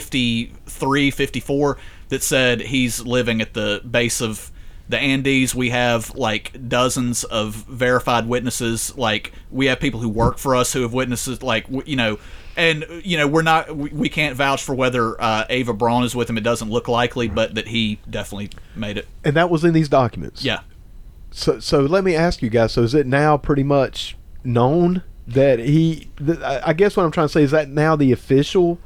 D: 1953, 54 that said he's living at the base of the Andes. We have like dozens of verified witnesses. Like we have people who work for us who have witnesses. Like w- you know, and you know we're not we, we can't vouch for whether uh, Ava Braun is with him. It doesn't look likely, but that he definitely made it.
B: and that was in these documents.
D: Yeah.
B: So, so let me ask you guys. So, is it now pretty much known that he? Th- I I guess what I'm trying to say is that now the official.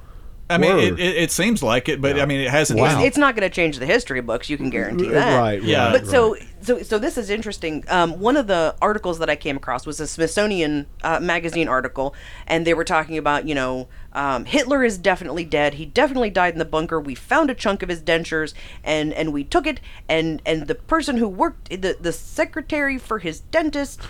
D: I mean,
B: word?
D: it, it, it seems like it, but I mean, it hasn't.
E: It's-
B: Wow.
E: It's, not going to change the history books. You can guarantee
B: Uh,
E: that.
B: Right.
D: Yeah.
B: Right,
E: But so,
B: right.
E: so, so this is interesting. Um, one of the articles that I came across was a Smithsonian uh, magazine article, and they were talking about, you know, um, Hitler is definitely dead. He definitely died in the bunker. We found a chunk of his dentures, and and we took it, and and the person who worked, the the secretary for his dentist,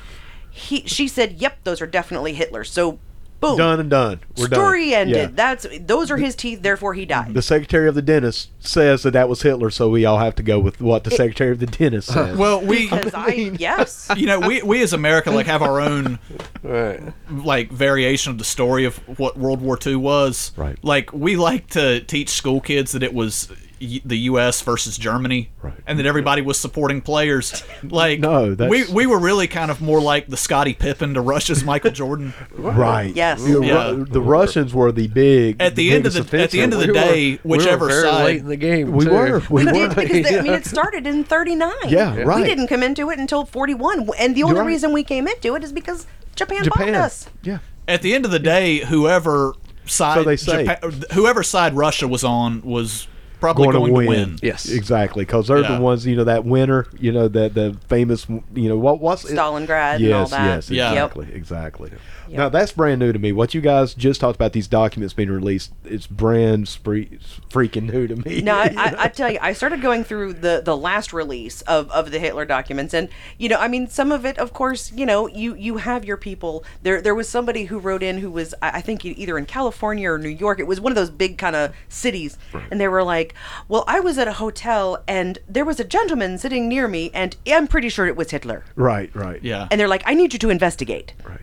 E: he she said, "Yep, those are definitely Hitler's." So, boom,
B: done and done. We're
E: Story
B: done.
E: ended.
B: Yeah.
E: That's those are his teeth. Therefore, he died.
B: The secretary of the dentist says that that was Hitler, so we all have to go with what the secretary of the dentist says.
D: Well, we,
E: Because I, yes.
D: you know, we we as America like have our own
C: right.
D: like variation of the story of what World War II was.
B: Right.
D: Like we like to teach school kids that it was y- the U.S. versus Germany,
B: Right.
D: and that everybody was supporting players. Like
B: No, that's-
D: we we were really kind of more like the Scottie Pippen to Russia's Michael Jordan.
B: Right.
E: Yes.
B: The, Ru-
D: Yeah.
B: the Russians were the big
D: At the end of
B: biggest
D: the- at the end of
B: offensive.
D: the day, whichever
C: we were very
D: side-
C: late in the game,
B: we
C: too.
B: were we
E: We
B: were
E: did because they, I mean it started in '39.
B: Yeah, Yeah. right.
E: We didn't come into it until '41, and the only
B: right.
E: reason we came into it is because Japan,
B: Japan.
E: bombed us.
B: Yeah.
D: At the end of the day, whoever side
B: So they say.
D: Japa- whoever side Russia was on was probably going, to win.
C: Yes.
B: exactly. Because they're
D: Yeah.
B: the ones, you know, that winner, you know, that the famous, you know, what was it?
E: Stalingrad and all
B: Yes,
E: that.
B: yes,
D: Yeah. Yep.
B: exactly, exactly. Now that's brand new to me. What you guys just talked about these documents being released, it's brand spree- freaking new to me.
E: No, I, I, I tell you, I started going through the the last release of of the Hitler documents, and you know, I mean, some of it, of course, you know, you you have your people. There there was somebody who wrote in who was, I I think, e, either in California or New York. It was one of those big kind of cities, and they were like, "Well, I was at a hotel, and there was a gentleman sitting near me, and I'm pretty sure it was Hitler."
B: right, right,
D: Yeah.
E: And they're like, "I need you to investigate."
B: right.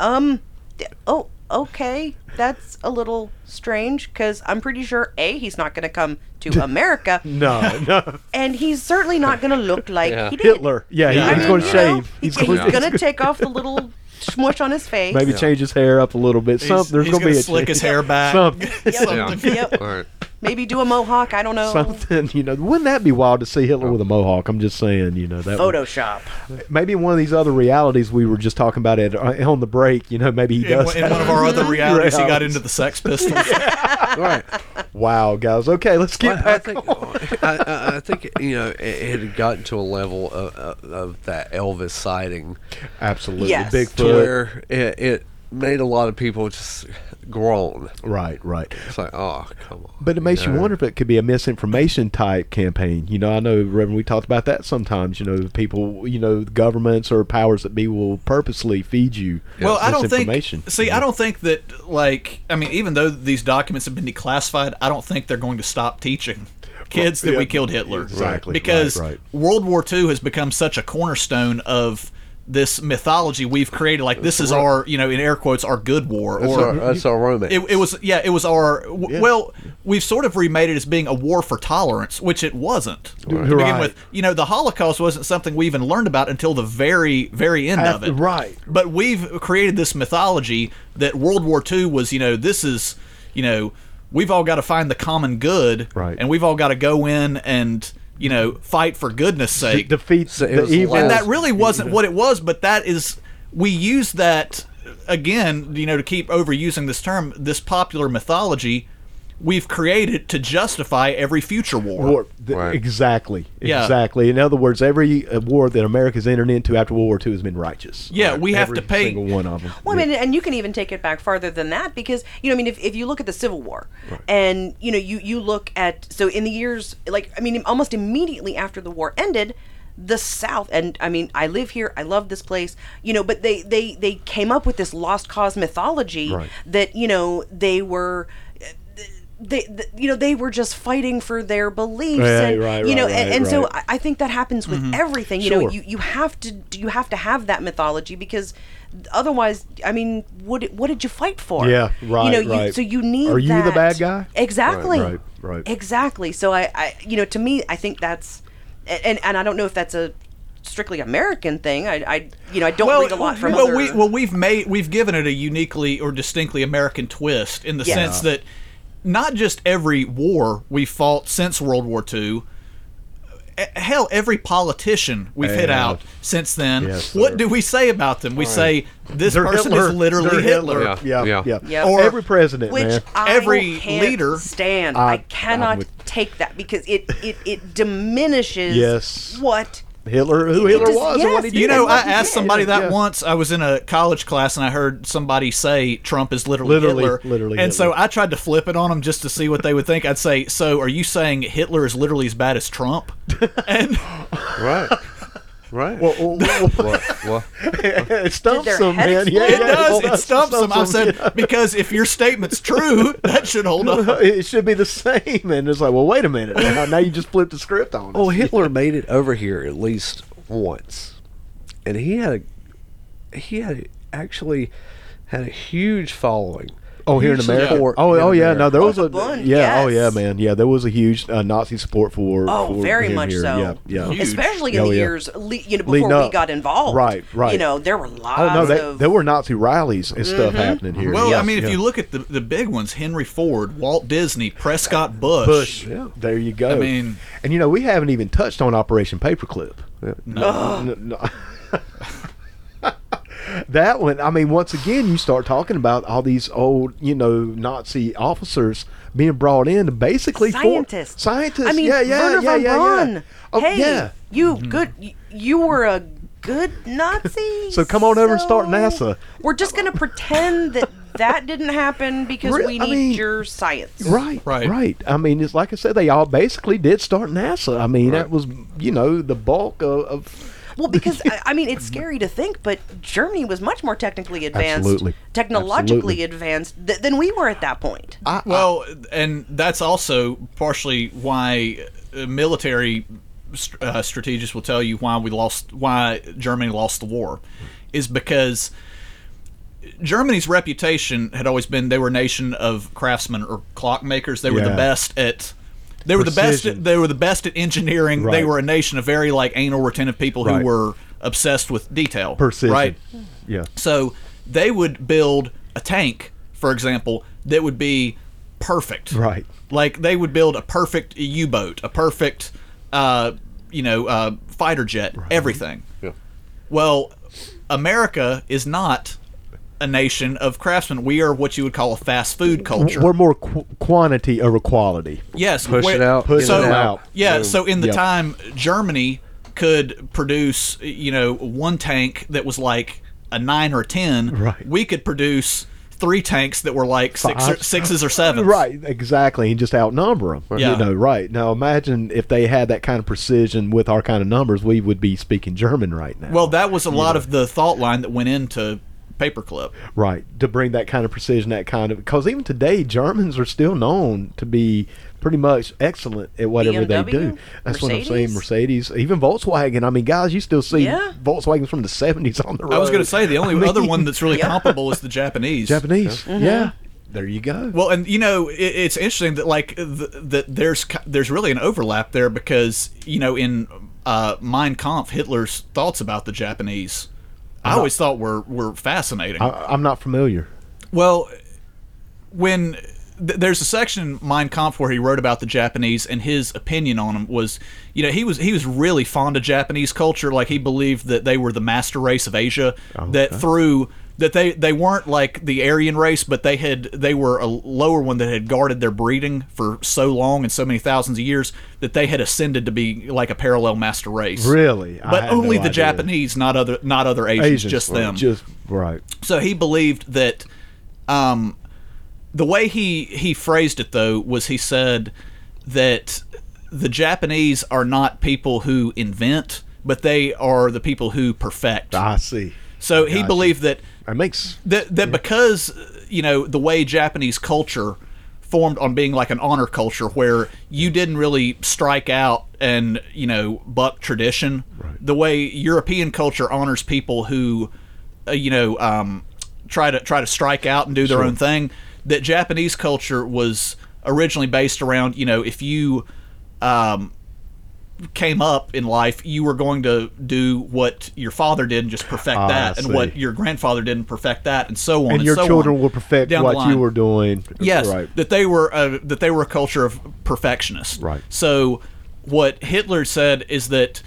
E: Um, d- oh, okay. That's a little strange because I'm pretty sure A, he's not going to come to America.
B: No, no,
E: And he's certainly not going to look like
C: Yeah.
E: he did.
B: Hitler. Yeah, he-
D: Yeah. I
B: he's
D: mean,
B: going to
E: you know,
B: shave.
E: He's,
B: gonna-
E: going to take off the little smush on his face.
B: maybe change his hair up a little bit.
D: He's-
B: Some, there's
D: he's
B: going to be
D: gonna
B: a
D: slick
B: change.
D: his hair back.
B: Something.
C: Yeah.
E: Yep. yep.
C: All right.
E: Maybe do a mohawk. I don't know.
B: something, you know. Wouldn't that be wild to see Hitler with a mohawk? I'm just saying, you know, that would-
E: Photoshop.
B: maybe one of these other realities we were just talking about at uh, on the break. You know, maybe he
D: In,
B: does.
D: one- in one of our other realities, he got into the Sex Pistols.
C: All right.
B: wow, guys. Okay, let's get
C: Well, I
B: back.
C: think I, I, I think you know it, it had gotten to a level of, of, of that Elvis sighting
B: Absolutely,
E: Yes.
C: to
B: Bigfoot.
C: where it, it made a lot of people just groan.
B: Right, right.
C: It's like, oh, come on.
B: But it makes you
C: know?
B: wonder if it could be a misinformation type campaign. You know, I know, Reverend, we talked about that sometimes. You know, people, you know, governments or powers that be will purposely feed you.
D: Well, I don't
B: misinformation.
D: think. See, I don't think that like I mean, even though these documents have been declassified, I don't think they're going to stop teaching kids that
B: Yeah,
D: we killed Hitler.
B: exactly,
D: Because
B: right, right.
D: World War II has become such a cornerstone of this mythology we've created. Like this is our, you know, in air quotes, our good war,
C: That's
D: or
C: our, that's our romance.
D: it, it was yeah, it was our w- well. We've sort of remade it as being a war for tolerance, which it wasn't to begin
B: Right.
D: with. You know, the Holocaust wasn't something we even learned about until the very, very end of
B: After-
D: it.
B: right.
D: But we've created this mythology that World War II was. You know, this is. You know, we've all got to find the common good,
B: Right.
D: And we've all got to go in and you know fight for goodness'
B: De-
D: sake
B: defeats
C: So it
B: the
C: was
B: evil.
C: last-
D: and that really wasn't what it was but that is we use that again you know to keep overusing this term this popular mythology we've created to justify every future war,
B: war. Th-
C: Right.
B: Exactly.
D: Yeah.
B: Exactly. In other words, every uh, war that America's entered into after World War II has been righteous.
D: Yeah, we have
B: Every
D: to pay-
B: single one of them.
E: Well, I mean, and you can even take it back farther than that because you know, I mean, if, if you look at the Civil War, and you know, you you look at so in the years like I mean, almost immediately after the war ended, the South and I mean, I live here, I love this place, you know, but they they they came up with this lost cause mythology
B: Right.
E: that you know they were. They, th you know, they were just fighting for their beliefs,
B: Right,
E: and
B: right,
E: you know,
B: right,
E: and,
B: right,
E: and so
B: right.
E: I- I think that happens with everything. You know,
B: Mm-hmm. Sure.
E: you, you have to you have to have that mythology because otherwise, I mean, what what did you fight for?
B: Yeah,
E: You
B: right,
E: know, you,
B: right.
E: so you need.
B: Are you the
E: that.
B: bad guy?
E: Exactly.
B: Right, right, right.
E: Exactly. So I, I, you know, to me, I think that's, and and, and I don't know if that's a strictly American thing. I, I you know, I don't read a lot from
D: well,
E: other.
D: we, well, we've made we've given it a uniquely or distinctly American twist in the
E: Yeah.
D: sense that not just every war we fought since World War II. eh, Hell, every politician we've hit
B: Yeah.
D: out since then.
B: Yes,
D: what
B: sir.
D: do we say about them? We say this
B: They're
D: person
B: Hitler.
D: is literally
B: They're
D: Hitler.
C: Yeah.
B: Yeah, yeah.
E: Yep.
B: Or
E: Or-
B: every president,
E: which
B: man.
E: I
D: Every
E: can't
D: leader-
E: stand.
B: I-
E: I,
B: I'm
E: cannot
B: with-
E: take that because it it it diminishes
B: Yes.
E: what
B: Hitler, who
E: It
B: Hitler
E: just-
B: was, and
E: yes,
B: what he did.
D: You know,
E: and
D: I
E: what he
D: asked
E: did.
D: somebody that
B: Yeah.
D: once. I was in a college class and I heard somebody say Trump is literally,
B: Literally-
D: Hitler.
B: literally
D: and so
B: Hitler.
D: I tried to flip it on them just to see what they would think. I'd say, "So, are you saying Hitler is literally as bad as Trump?" And
C: right, right.
B: Well, well, well,
C: what, what?
B: it stumps
E: their
B: him,
E: head
B: man. Yeah,
E: explode?
D: it
B: yeah,
D: does.
B: well,
D: It stumps them. I said
B: yeah.
D: because if your statement's true, that should hold up.
B: it should be the same. And it's like, well, wait a minute. Now, now you just flipped the script on.
C: Well,
D: Oh,
B: us.
C: Hitler made it over here at least once, and he had a, he had actually had a huge following.
B: Oh, here in
C: Huge
B: America.
C: support
B: Oh,
C: in
B: oh yeah.
C: America.
B: No, there
E: Oh,
B: was
E: the
B: a
E: Bund,
B: yeah. Oh yeah,
E: yes.
B: man. Yeah, there was a huge uh, Nazi support for.
E: Oh,
B: for
E: very
B: him
E: much
B: here.
E: so.
B: Yeah, yeah.
D: Huge.
E: especially in
B: Oh,
E: the
B: yeah.
E: years le- you know
B: Leading
E: before we
B: up.
E: got involved.
B: Right, right.
E: You know, there were lots
B: Oh no, they,
E: of
B: there were Nazi rallies and
E: Mm-hmm.
B: stuff happening here.
D: Well,
B: Yeah,
D: I mean, if
B: yeah.
D: you look at the, the big ones, Henry Ford, Walt Disney, Prescott Bush.
B: Bush, yeah, there you go.
D: I mean-
B: and you know, we haven't even touched on Operation Paperclip. No. no. that one, I mean, once again, you start talking about all these old, you know, Nazi officers being brought in to basically for-
E: scientists.
B: scientists.
E: I mean,
B: yeah, yeah,
E: Werner
B: yeah,
E: von
B: yeah, yeah.
E: Braun.
B: Oh,
E: hey,
B: yeah.
E: you good? y- You were a good Nazi.
B: So come on over and start
E: so
B: NASA.
E: We're just gonna pretend that that didn't happen because
B: Re-
E: we
B: I
E: need
B: mean-
E: your science.
B: Right, right,
D: Right.
B: right. I mean, it's like I said, they all basically did start NASA. I mean, that was, you know, the bulk of. of
E: Well, because I, I mean, it's scary to think, but Germany was much more technically advanced,
B: Absolutely. Absolutely.
E: technologically advanced th- than we were at that point.
B: I,
D: well, and that's also partially why uh, military st- uh, strategists will tell you why we lost, why Germany lost the war, is because Germany's reputation had always been they were a nation of craftsmen or clockmakers. They were
B: Yeah.
D: the best at. They were the best.
B: Precision.
D: At, they were the best at engineering. They
B: Right.
D: were a nation of very like anal retentive people
B: Right.
D: who were obsessed with detail.
B: precision.
D: Right.
B: Yeah.
D: So they would build a tank, for example, that would be perfect.
B: Right.
D: Like they would build a perfect U boat, a perfect, uh, you know, uh, fighter jet, everything.
C: Yeah.
D: Well, America is not a nation of craftsmen. We are what you would call a fast food culture.
B: We're more qu- quantity over quality.
D: Yes,
C: Push
D: where-
C: it out,
B: Push
C: get
B: it
D: so-
B: out.
D: Yeah, so in the
B: Yep.
D: time Germany could produce, you know, one tank that was like a nine or a ten,
B: Right.
D: we could produce three tanks that were like six or,
B: Fives.
D: sixes or sevens.
B: Right, exactly, and just outnumber them.
D: Yeah.
B: You know, right. Now imagine if they had that kind of precision with our kind of numbers, we would be speaking German right now.
D: Well, that was a lot of the thought line that went into paperclip.
B: right, to bring that kind of precision, that kind of because even today Germans are still known to be pretty much excellent at whatever they
E: BMW?
B: do. That's what I'm saying.
E: Mercedes?
B: Mercedes, even Volkswagen. I mean, guys, you still see
E: Yeah.
B: Volkswagens from the 70s on the road.
D: I was going to say the only
B: I mean,
D: other one that's really
E: Yeah.
D: comparable is the Japanese.
B: Japanese. Yeah, there you go.
D: Well, and you know, it, it's interesting that like th- that there's ki- there's really an overlap there because you know in uh, Mein Kampf, Hitler's thoughts about the Japanese, I always thought were were fascinating.
B: I, I'm not familiar.
D: well, when th- there's a section in Mein Kampf where he wrote about the Japanese and his opinion on them was, you know, he was he was really fond of Japanese culture. Like he believed that they were the master race of Asia.
B: Oh,
D: That through that they they weren't like the Aryan race, but they had they were a lower one that had guarded their breeding for so long and so many thousands of years that they had ascended to be like a parallel master race.
B: Really? I
D: But
B: had
D: only
B: no
D: the
B: idea.
D: Japanese, not other not other Asians,
B: Asians,
D: just
B: right,
D: them.
B: Just right.
D: So he believed that um, the way he he phrased it though was he said that the Japanese are not people who invent, but they are the people who perfect.
B: I see.
D: so he
B: Ah, gotcha.
D: believed that
B: That makes
D: that that because you know the way Japanese culture formed on being like an honor culture where you didn't really strike out and you know buck tradition the way European culture honors people who uh, you know um, try to try to strike out and do their own thing that Japanese culture was originally based around you know if you um, came up in life you were going to do what your father did and just perfect
B: Ah,
D: that
B: I
D: and what
B: see.
D: your grandfather did and perfect that and so on
B: and your
D: so
B: children
D: on
B: will perfect
D: down the
B: what you
D: line.
B: were doing.
D: Yes,
B: Right.
D: that they were uh, that they were a culture of perfectionists.
B: Right.
D: So, what Hitler said is that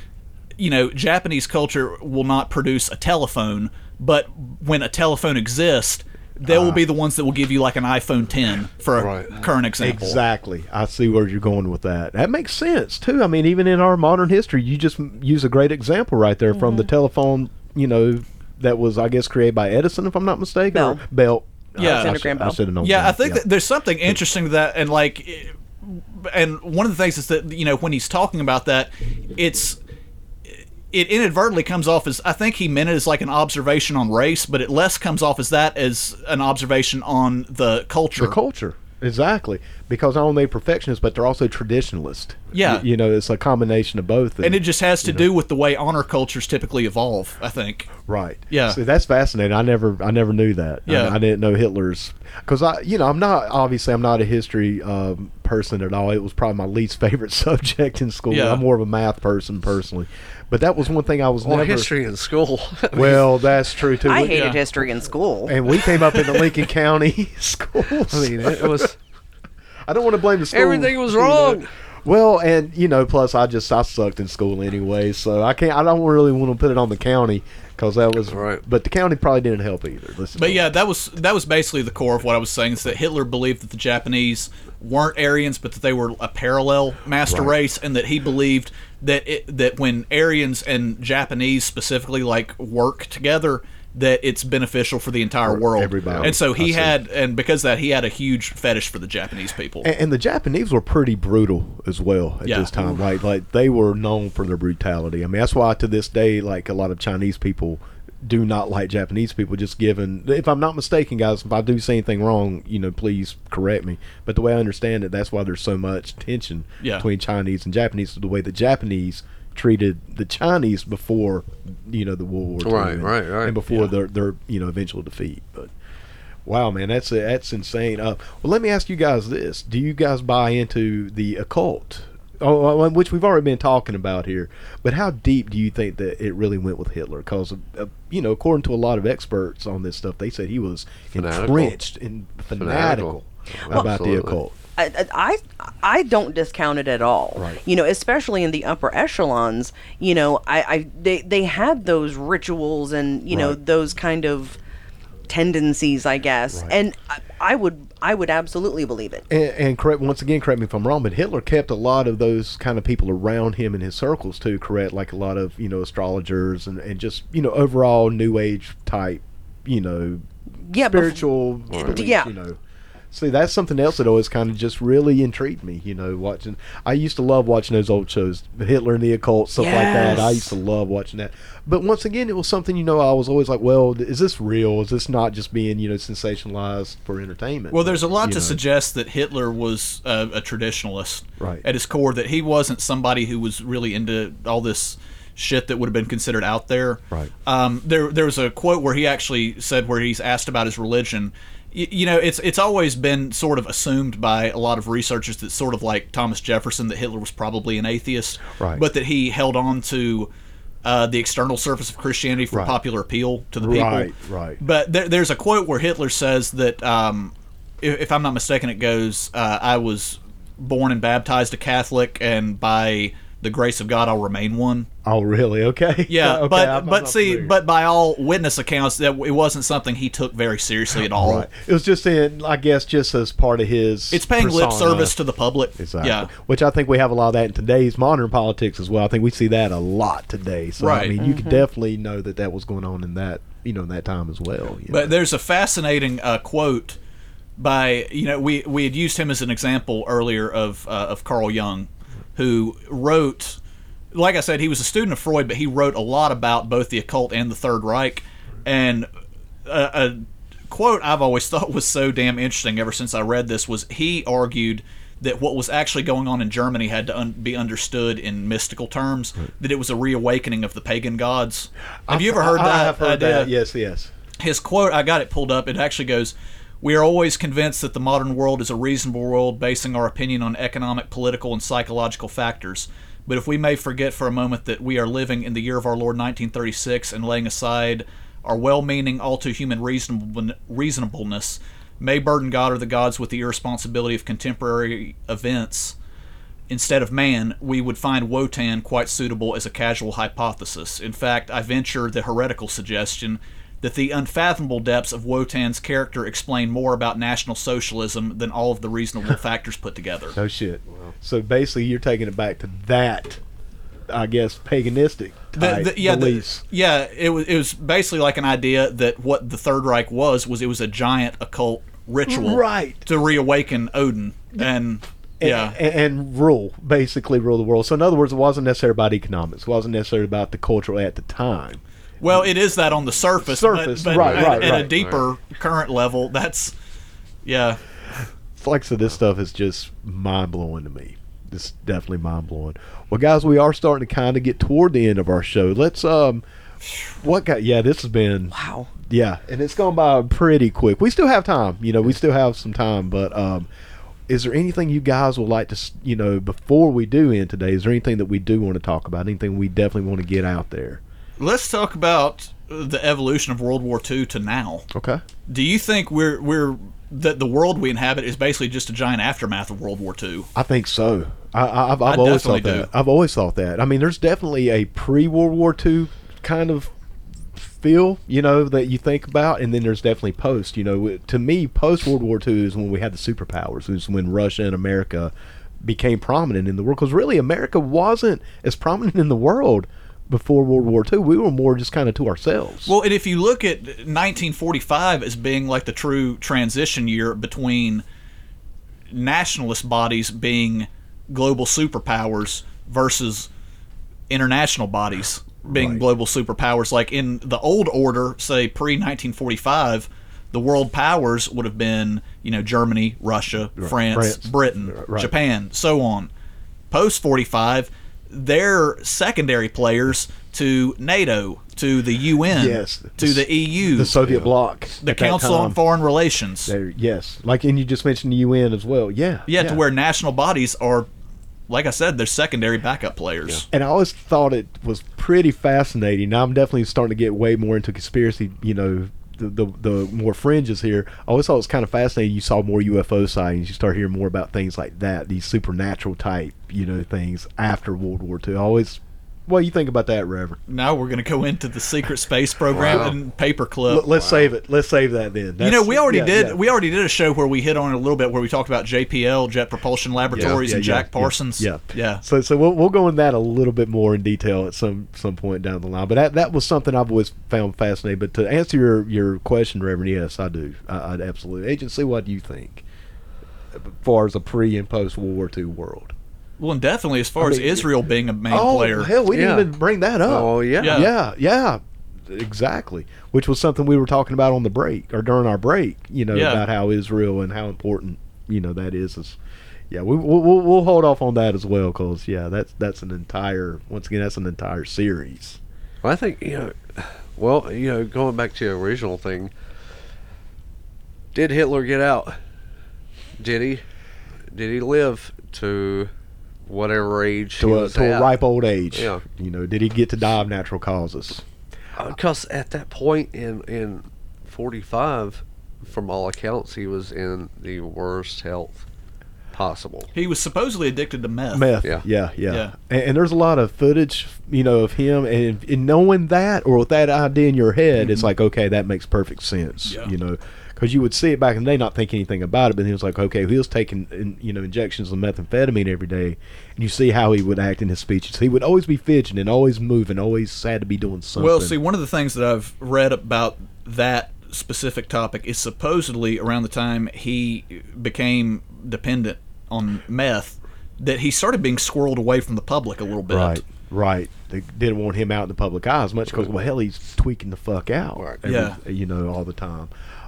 D: you know Japanese culture will not produce a telephone, but when a telephone exists, they
B: Ah.
D: will be the ones that will give you like an iPhone 10 for a
C: Right.
D: current example.
B: Exactly. I see where you're going with that. That makes sense too. I mean, even in our modern history, you just m- use a great example right there from the telephone. You know, that was I guess created by Edison, if I'm not mistaken. or
E: Bell.
B: Bell.
D: Yeah.
B: I,
D: Alexander
E: Graham
B: should- I
E: Bell.
B: should have known.
D: Oh, Yeah,
B: that.
D: I think
B: Yeah.
D: that there's something interesting to that, and like, it- and one of the things is that you know when he's talking about that, it's it inadvertently comes off as I think he meant it as like an observation on race, but it less comes off as that as an observation on the culture.
B: the culture exactly because not only perfectionists, but they're also traditionalists.
D: Yeah.
B: Y- you know, it's a combination of both.
D: and it just has to do with the way honor cultures typically evolve. I think.
B: Right.
D: Yeah.
B: See, that's fascinating. I never, I never knew that. I-
D: Yeah.
B: I, didn't know Hitler's because I, you know, I'm not obviously I'm not a history um, person at all. It was probably my least favorite subject in school.
D: Yeah.
B: I'm more of a math person personally, but that was one thing I was
C: Well,
B: never.
C: history in school.
B: Well, that's true too.
E: I
B: We-
E: hated
D: yeah.
E: history in school.
B: and we came up in the Lincoln County schools.
C: I mean, it was
B: I don't want to blame the school.
C: everything was
B: you know.
C: wrong.
B: Well, and you know, plus I just I sucked in school anyway, so I can't. I don't really want to put it on the county because that was
C: Right.
B: But the county probably didn't help either. Let's-
D: But yeah, that was that was basically the core of what I was saying is that Hitler believed that the Japanese weren't Aryans, but that they were a parallel master race, and that he believed that it, that when Aryans and Japanese specifically like work together, that it's beneficial for the entire world.
B: everybody.
D: And so
B: I
D: he
B: see.
D: had, and because of that he had a huge fetish for the Japanese people.
B: And, and the Japanese were pretty brutal as well at
D: Yeah.
B: this time. Like like they were known for their brutality. I mean, that's why to this day, like a lot of Chinese people do not like Japanese people. Just given, if I'm not mistaken, guys, if I do say anything wrong, you know, please correct me. But the way I understand it, that's why there's so much tension
D: Yeah.
B: between Chinese and Japanese. The way the Japanese treated the Chinese before, you know, the World War II,
C: Right,
B: and,
C: right, right.
B: and before their their you know eventual defeat, but. Wow, man, that's that's insane. Uh, well, let me ask you guys this: Do you guys buy into the occult? Oh, uh, which we've already been talking about here. But how deep do you think that it really went with Hitler? Because, uh, you know, according to a lot of experts on this stuff, they said he was
C: Fanatical.
B: entrenched and fanatical,
C: Fanatical.
B: about
C: Absolutely.
B: the occult.
E: I, I I don't discount it at all.
B: Right.
E: You know, especially in the upper echelons. You know, I, I they they had those rituals and you know
B: Right.
E: those kind of tendencies, I guess.
B: Right.
E: And I, I would I would absolutely believe it.
B: And, and correct once again, correct me if I'm wrong, but Hitler kept a lot of those kind of people around him in his circles too. Correct, like a lot of you know astrologers and, and just you know overall New Age type, you know,
E: Yeah, bef-
B: spiritual, beliefs,
E: yeah.
B: you know. See, that's something else that always kind of just really intrigued me. You know, watching I used to love watching those old shows, Hitler and the occult, stuff like that. I
E: Yes.
B: used to love watching that. But once again, it was something you know I was always like, well, is this real? Is this not just being you know sensationalized for entertainment?
D: Well, there's a lot
B: You
D: to
B: know?
D: suggest that Hitler was a, a traditionalist
B: Right.
D: at his core. That he wasn't somebody who was really into all this shit that would have been considered out there.
B: Right.
D: Um, there, there was a quote where he actually said where he's asked about his religion. Y- You know, it's it's always been sort of assumed by a lot of researchers that sort of like Thomas Jefferson that Hitler was probably an atheist,
B: Right.
D: but that he held on to uh, the external surface of Christianity for
B: Right.
D: popular appeal to the people.
B: Right, right.
D: But there, there's a quote where Hitler says that, um, if, if I'm not mistaken, it goes, uh, "I was born and baptized a Catholic, and by the grace of God, I'll remain one."
B: Oh, really? Okay.
D: Yeah,
B: Okay,
D: but
B: I'm- I'm
D: but
B: not
D: see,
B: familiar.
D: but by all witness accounts, that it wasn't something he took very seriously at all.
B: Right. It was just in, I guess, just as part of his.
D: It's paying lip
B: persona.
D: service to the public.
B: Exactly.
D: Yeah.
B: Which I think we have a lot of that in today's modern politics as well. I think we see that a lot today. So I
D: Right.
B: mean, you could definitely know that that was going on in that you know in that time as well. you
D: But
B: know.
D: there's a fascinating uh, quote by you know we we had used him as an example earlier of uh, of Carl Jung, who wrote, like I said, he was a student of Freud, but he wrote a lot about both the occult and the Third Reich, and uh, a, a quote I've always thought was so damn interesting ever since I read this was he argued that what was actually going on in Germany had to un- be understood in mystical terms, that it was a reawakening of the pagan gods. Have you ever heard
B: I,
D: that?
B: I have heard
D: idea?
B: that. Yes, yes.
D: his quote i got it pulled up it actually goes we are always convinced that the modern world is a reasonable world basing our opinion on economic political and psychological factors but if we may forget for a moment that we are living in the year of our lord 1936 and laying aside our well-meaning all too human reasonable, reasonableness may burden god or the gods with the irresponsibility of contemporary events instead of man, we would find Wotan quite suitable as a casual hypothesis. In fact, I venture the heretical suggestion that the unfathomable depths of Wotan's character explain more about National Socialism than all of the reasonable factors put together.
B: No shit. So basically, you're taking it back to that, I guess, paganistic type
D: The- the- yeah, the-
B: beliefs.
D: yeah, it was it was basically like an idea that what the Third Reich was was it was a giant occult ritual,
B: Right.
D: to reawaken Odin and. Yeah,
B: and, and rule basically rule the world. So in other words, it wasn't necessarily about economics. It wasn't necessarily about the culture at the time.
D: Well, it is that on the surface,
B: Surface,
D: but, but
B: right,
D: at,
B: right,
D: at a
B: right.
D: deeper current level, that's yeah,
B: Flex of this stuff is just mind blowing to me. it's definitely mind blowing. Well, guys, we are starting to kind of get toward the end of our show. Let's um, what got? Yeah, this has been
E: Wow.
B: yeah, and it's gone by pretty quick. We still have time, you know. We still have some time, but um, is there anything you guys would like to, s- you know, before we do end today? Is there anything that we do want to talk about? Anything we definitely want to get out there?
D: Let's talk about uh, the evolution of World War II to now.
B: Okay.
D: Do you think we're we're that the world we inhabit is basically just a giant aftermath of World War II?
B: I think so. I, I, I've, I've
D: I
B: always thought
D: definitely
B: that.
D: do.
B: I've always thought that. I mean, there's definitely a pre World War II kind of feel, you know, that you think about, and then there's definitely post. You know, to me, post World War II is when we had the superpowers, is when Russia and America became prominent in the world. Because really, America wasn't as prominent in the world before World War II. We were more just kind of to ourselves.
D: Well, and if you look at 1945 as being like the true transition year between nationalist bodies being global superpowers versus international bodies being
B: Right.
D: global superpowers, like in the old order, say pre 1945, the world powers would have been, you know, Germany, Russia, France,
B: France.
D: Britain,
B: Right.
D: Japan, so on. Post 45, they're secondary players to NATO, to the UN,
B: Yes.
D: to the EU,
B: the Soviet bloc,
D: the
B: at that
D: Council on
B: time.
D: Foreign Relations.
B: There- yes, like and you just mentioned the UN as well. Yeah,
D: yeah, to where national bodies are, like I said, they're secondary backup players.
B: and I always thought it was pretty fascinating. Now I'm definitely starting to get way more into conspiracy, you know, the the, the more fringes here. I always thought it was kind of fascinating. You saw more UFO sightings, you start hearing more about things like that, these supernatural type, you know, things after World War II. I always, well, you think about that, Reverend.
D: Now we're going to go into the secret space program
C: Wow.
D: and paperclip.
B: Let- let's save it. Let's save that then.
D: Uh, you
B: That's-
D: know, we already
B: yeah,
D: did
B: yeah.
D: we already did a show where we hit on it a little bit where we talked about JPL, Jet Propulsion Laboratories,
B: Yeah,
D: and
B: yeah,
D: Jack
B: yeah,
D: Parsons.
B: Yeah,
D: yeah.
B: So, so we'll, we'll go in that a little bit more in detail at some some point down the line. But that, that was something I've always found fascinating. But to answer your your question, Reverend, yes, I do. I, I'd absolutely. Agency, what do you think? As far as a pre and post World War II world.
D: Well, and definitely as far
B: mean,
D: as Israel being a main
B: oh
D: player,
B: hell, we
C: Yeah.
B: didn't even bring that up.
C: Oh, yeah.
D: Yeah.
B: yeah, yeah, exactly. Which was something we were talking about on the break or during our break. You know
D: Yeah.
B: about how Israel and how important you know that is. is yeah, we, we'll we'll- we'll hold off on that as well because yeah, that's that's an entire once again that's an entire series.
C: Well, I think you know. Well, you know, going back to your original thing, did Hitler get out? Did he? Did he live to whatever age he
B: to a,
C: was
B: to
C: at?
B: a ripe old age.
C: Yeah.
B: You know, did he get to die of natural causes?
C: Because Uh, at that point in in forty five, from all accounts, he was in the worst health possible.
D: he was supposedly addicted to meth.
B: Meth. Yeah.
C: Yeah.
B: Yeah. Yeah.
D: Yeah.
B: And, and there's a lot of footage, you know, of him. And, and knowing that or with that idea in your head, it's like, okay, that makes perfect sense,
D: Mm-hmm. Yeah.
B: you know, because you would see it back in the day, not think anything about it. But he was like, okay, he was taking, in, you know, injections of methamphetamine every day. And you see how he would act in his speeches. He would always be fidgeting and always moving, always sad to be doing something.
D: Well, see, one of the things that I've read about that specific topic is supposedly around the time he became dependent on meth that he started being squirreled away from the public a little bit.
B: Right. Right. They didn't want him out in the public eye as much because, well, hell, he's tweaking the fuck out.
C: Right.
B: every-
D: Yeah.
B: You know, all the time.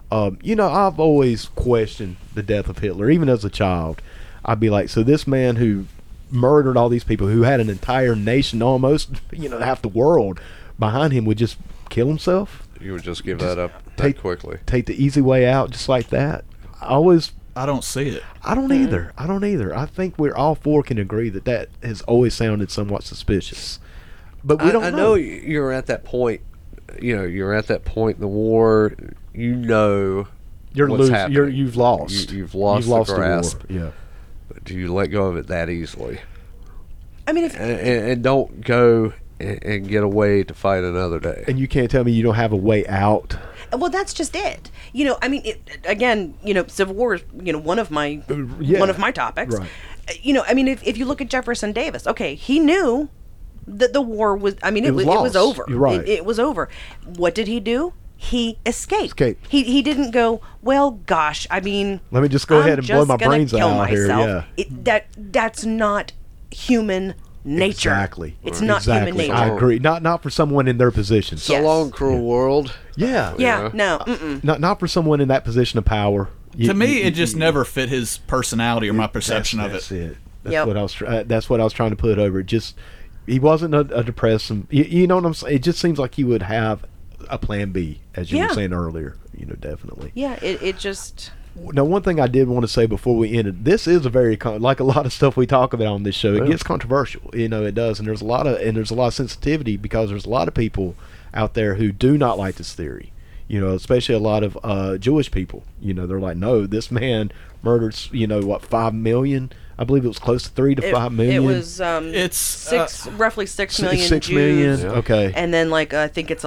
B: Um, you know, I've always questioned the death of Hitler, even as a child. I'd be like, so this man who murdered all these people, who had an entire nation, almost, you know, half the world behind him, would just kill himself,
C: You would just give that up
B: take-
C: that quickly.
B: take the easy way out, just like that. I always
D: I don't see it.
B: I don't either. I don't either. I think we're all four can agree that that has always sounded somewhat suspicious. But we
C: I,
B: don't
C: I
B: know.
C: know you- you're at that point. You know, you're at that point in the war. You know,
B: You're
C: what's
B: losing.
C: happening.
B: You're, you've lost.
C: You, have lost.
B: You've lost
C: the
B: war.
C: grasp.
B: Yeah.
C: But do you let go of it that easily?
E: I mean, if,
C: And, and, and don't go and, and get away to fight another day.
B: And you can't tell me you don't have a way out.
E: well, that's just it. You know, I mean, it, again, you know, Civil War is you know one of my
B: Uh, yeah.
E: one of my topics.
B: Right.
E: Uh, You know, I mean, if, if you look at Jefferson Davis, okay, he knew that the war was. I mean, it,
B: It was
E: was, it was
B: lost.
E: over.
B: You're right.
E: It, it was over. What did he do? He escaped.
B: Escaped.
E: He he didn't go. Well, gosh, I mean,
B: Let me just go
E: I'm
B: ahead and blow
E: just
B: my
E: gonna
B: brains
E: kill
B: out here,
E: myself."
B: yeah.
E: It, that that's not human nature.
B: Exactly.
E: It's not
B: exactly.
E: human nature.
B: I agree. Not not for someone in their position.
C: so
E: yes.
C: long, cruel world.
B: yeah.
E: yeah,
C: Yeah.
E: No. Mm-mm.
B: Not not for someone in that position of power. You-
D: to me,
B: you-
D: it just never fit his personality or my perception
B: that's,
D: of it.
B: That's it. That's
E: Yep.
B: what I was. Try- uh, that's what I was trying to put over. It just he wasn't a, a depressed. You, you know what I'm saying? It just seems like he would have a plan B, as you
E: Yeah.
B: were saying earlier. You know, definitely.
E: Yeah, it, it just
B: Now, one thing I did want to say before we ended, this is a very con- like a lot of stuff we talk about on this show. It
C: Yeah.
B: gets controversial, you know, it does, and there's a lot of and there's a lot of sensitivity because there's a lot of people out there who do not like this theory. You know, especially a lot of uh, Jewish people. You know, they're like, no, this man murdered, s- you know, what five million? I believe it was close to three to
E: it,
B: five
E: it
B: million.
E: was um
D: It's,
E: six
D: uh,
E: roughly six
B: Si-
E: million
B: six
E: Jews,
B: million, Okay.
E: and then like I think it's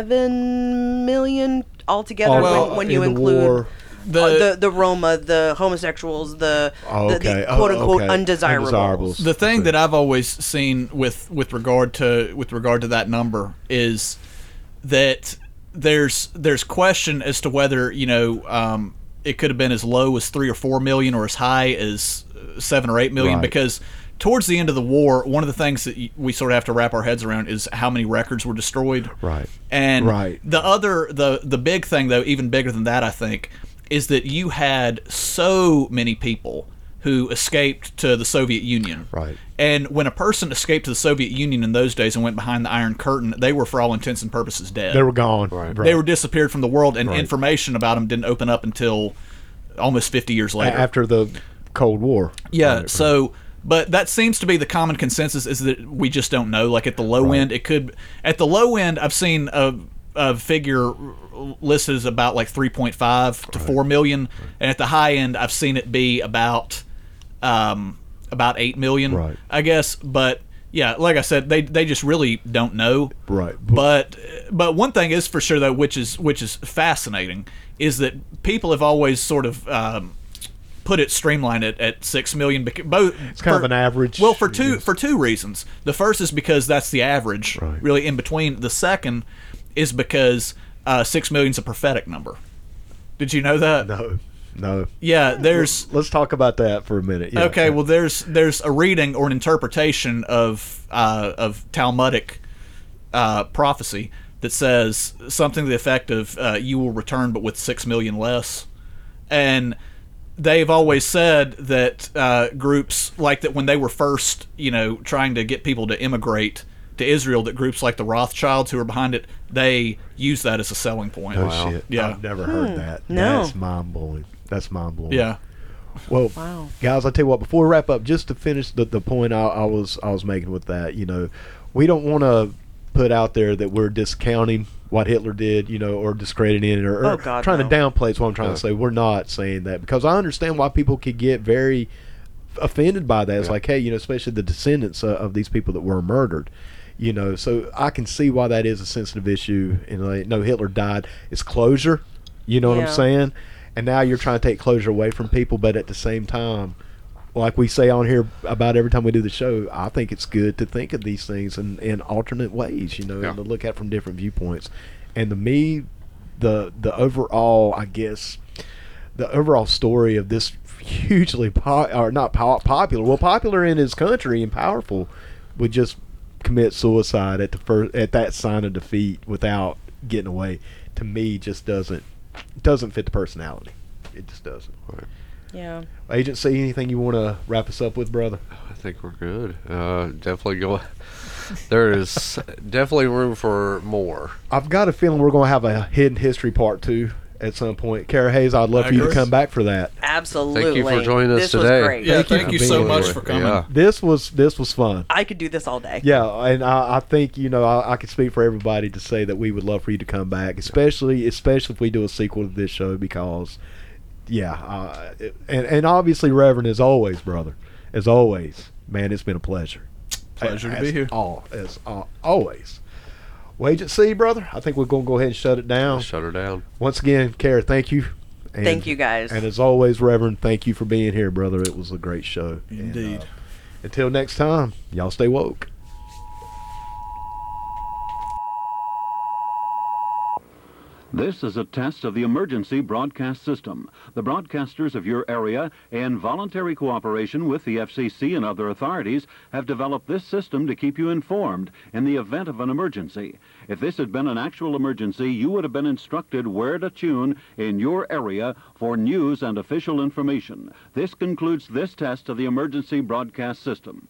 E: eleven million altogether
B: All-
D: Well,
E: when, when you
B: in the
E: include
B: war.
D: the,
E: uh, the the Roma, the homosexuals, the
B: Oh,
E: the, the
B: okay. Oh,
E: quote unquote
B: okay.
E: undesirables.
B: Undesirables.
D: the thing that I've always seen with with regard to with regard to that number is that there's there's question as to whether you know um, it could have been as low as three or four million or as high as uh, seven or eight million
B: Right.
D: because towards the end of the war one of the things that y- we sort of have to wrap our heads around is how many records were destroyed
B: Right.
D: and
B: Right.
D: the other the the big thing though, even bigger than that, I think, is that you had so many people who escaped to the Soviet Union.
B: Right.
D: And when a person escaped to the Soviet Union in those days and went behind the Iron Curtain, they were for all intents and purposes dead.
B: They were gone. Right.
D: They were disappeared from the world, and information about them didn't open up until almost 50 years
B: A-
D: later.
B: after the Cold War.
D: Yeah. So, but that seems to be the common consensus is that we just don't know. Like at the low end, it could. At the low end, I've seen a, a figure listed as about like 3.5 to 4 million, and at the high end, I've seen it be about um, about 8 million,
B: Right.
D: I guess. But yeah, like I said, they they just really don't know.
B: Right.
D: But but one thing is for sure though, which is which is fascinating, is that people have always sort of um, put it streamlined at, at six million. Because both it's
B: kind of an average,
D: Well, for two
B: yes.
D: for two reasons. The first is because that's the average,
B: Right.
D: really in between. The second is because uh, six million is a prophetic number. Did you know that?
B: No. No.
D: Yeah, there's
B: Let's talk about that for a minute. Yeah.
D: Okay, well, there's there's a reading or an interpretation of uh, of Talmudic uh, prophecy that says something to the effect of uh, "You will return, but with six million less," and they've always said that uh, groups like that when they were first, you know, trying to get people to immigrate to Israel, that groups like the Rothschilds who are behind it, they use that as a selling point.
B: Oh shit!
D: Yeah.
B: I've never heard that.
E: Hmm. No.
B: That's mind blowing. That's mind blowing.
D: Yeah.
B: Well,
E: Wow.
B: guys, I tell you what. Before we wrap up, just to finish the, the point I, I was I was making with that, you know, we don't want to put out there that we're discounting what Hitler did, you know, or discrediting it, or, or
E: Oh, God,
B: trying
E: no.
B: to downplay. It's what I'm trying
C: No.
B: to say. We're not saying that because I understand why people could get very offended by that. It's
C: Yeah.
B: like, hey, you know, especially the descendants uh, of these people that were murdered. You know, so I can see why that is a sensitive issue. And like, no, Hitler died. It's closure. You know what
E: Yeah.
B: I'm saying? And now you're trying to take closure away from people, but at the same time, like we say on here about every time we do the show, I think it's good to think of these things in, in alternate ways, you know,
C: Yeah.
B: and to look at from different viewpoints. And to me, the the overall, I guess, the overall story of this hugely po- or not po- popular, well, popular in his country and powerful, would just commit suicide at the first at that sign of defeat without getting away. To me, just doesn't doesn't fit the personality. It just doesn't.
E: Yeah.
B: Agent C, anything you want to wrap us up with, brother?
C: I think we're good. Uh, definitely go. There is definitely room for more.
B: I've got a feeling we're going to have a hidden history part two at some point. Kara Hayes, I'd love
D: I
B: for you to
D: agree.
B: come back for that.
E: Absolutely.
C: joining us
E: this
C: today.
E: Was great.
D: Yeah. Thank,
B: for
D: you,
B: being
D: so
B: here.
D: much for coming.
C: Yeah.
B: This was this was fun.
E: I could do this all day.
B: Yeah, and I, I think you know I, I could speak for everybody to say that we would love for you to come back, especially especially if we do a sequel to this show because, yeah, uh, it- and and obviously Reverend as always, brother, as always, man, it's been a pleasure.
D: Pleasure to
B: As
D: be here.
B: All as al- always. Well, Agent C, brother, I think we're gonna go ahead and shut it down.
C: Shut her down.
B: Once again, Kara, thank you. And,
E: Thank you guys.
B: And as always, Reverend, thank you for being here, brother. It was a great show. And,
D: Indeed.
B: uh, until next time, y'all stay woke.
A: This is a test of the emergency broadcast system. The broadcasters of your area, in voluntary cooperation with the FCC and other authorities, have developed this system to keep you informed in the event of an emergency. If this had been an actual emergency, you would have been instructed where to tune in your area for news and official information. This concludes this test of the emergency broadcast system.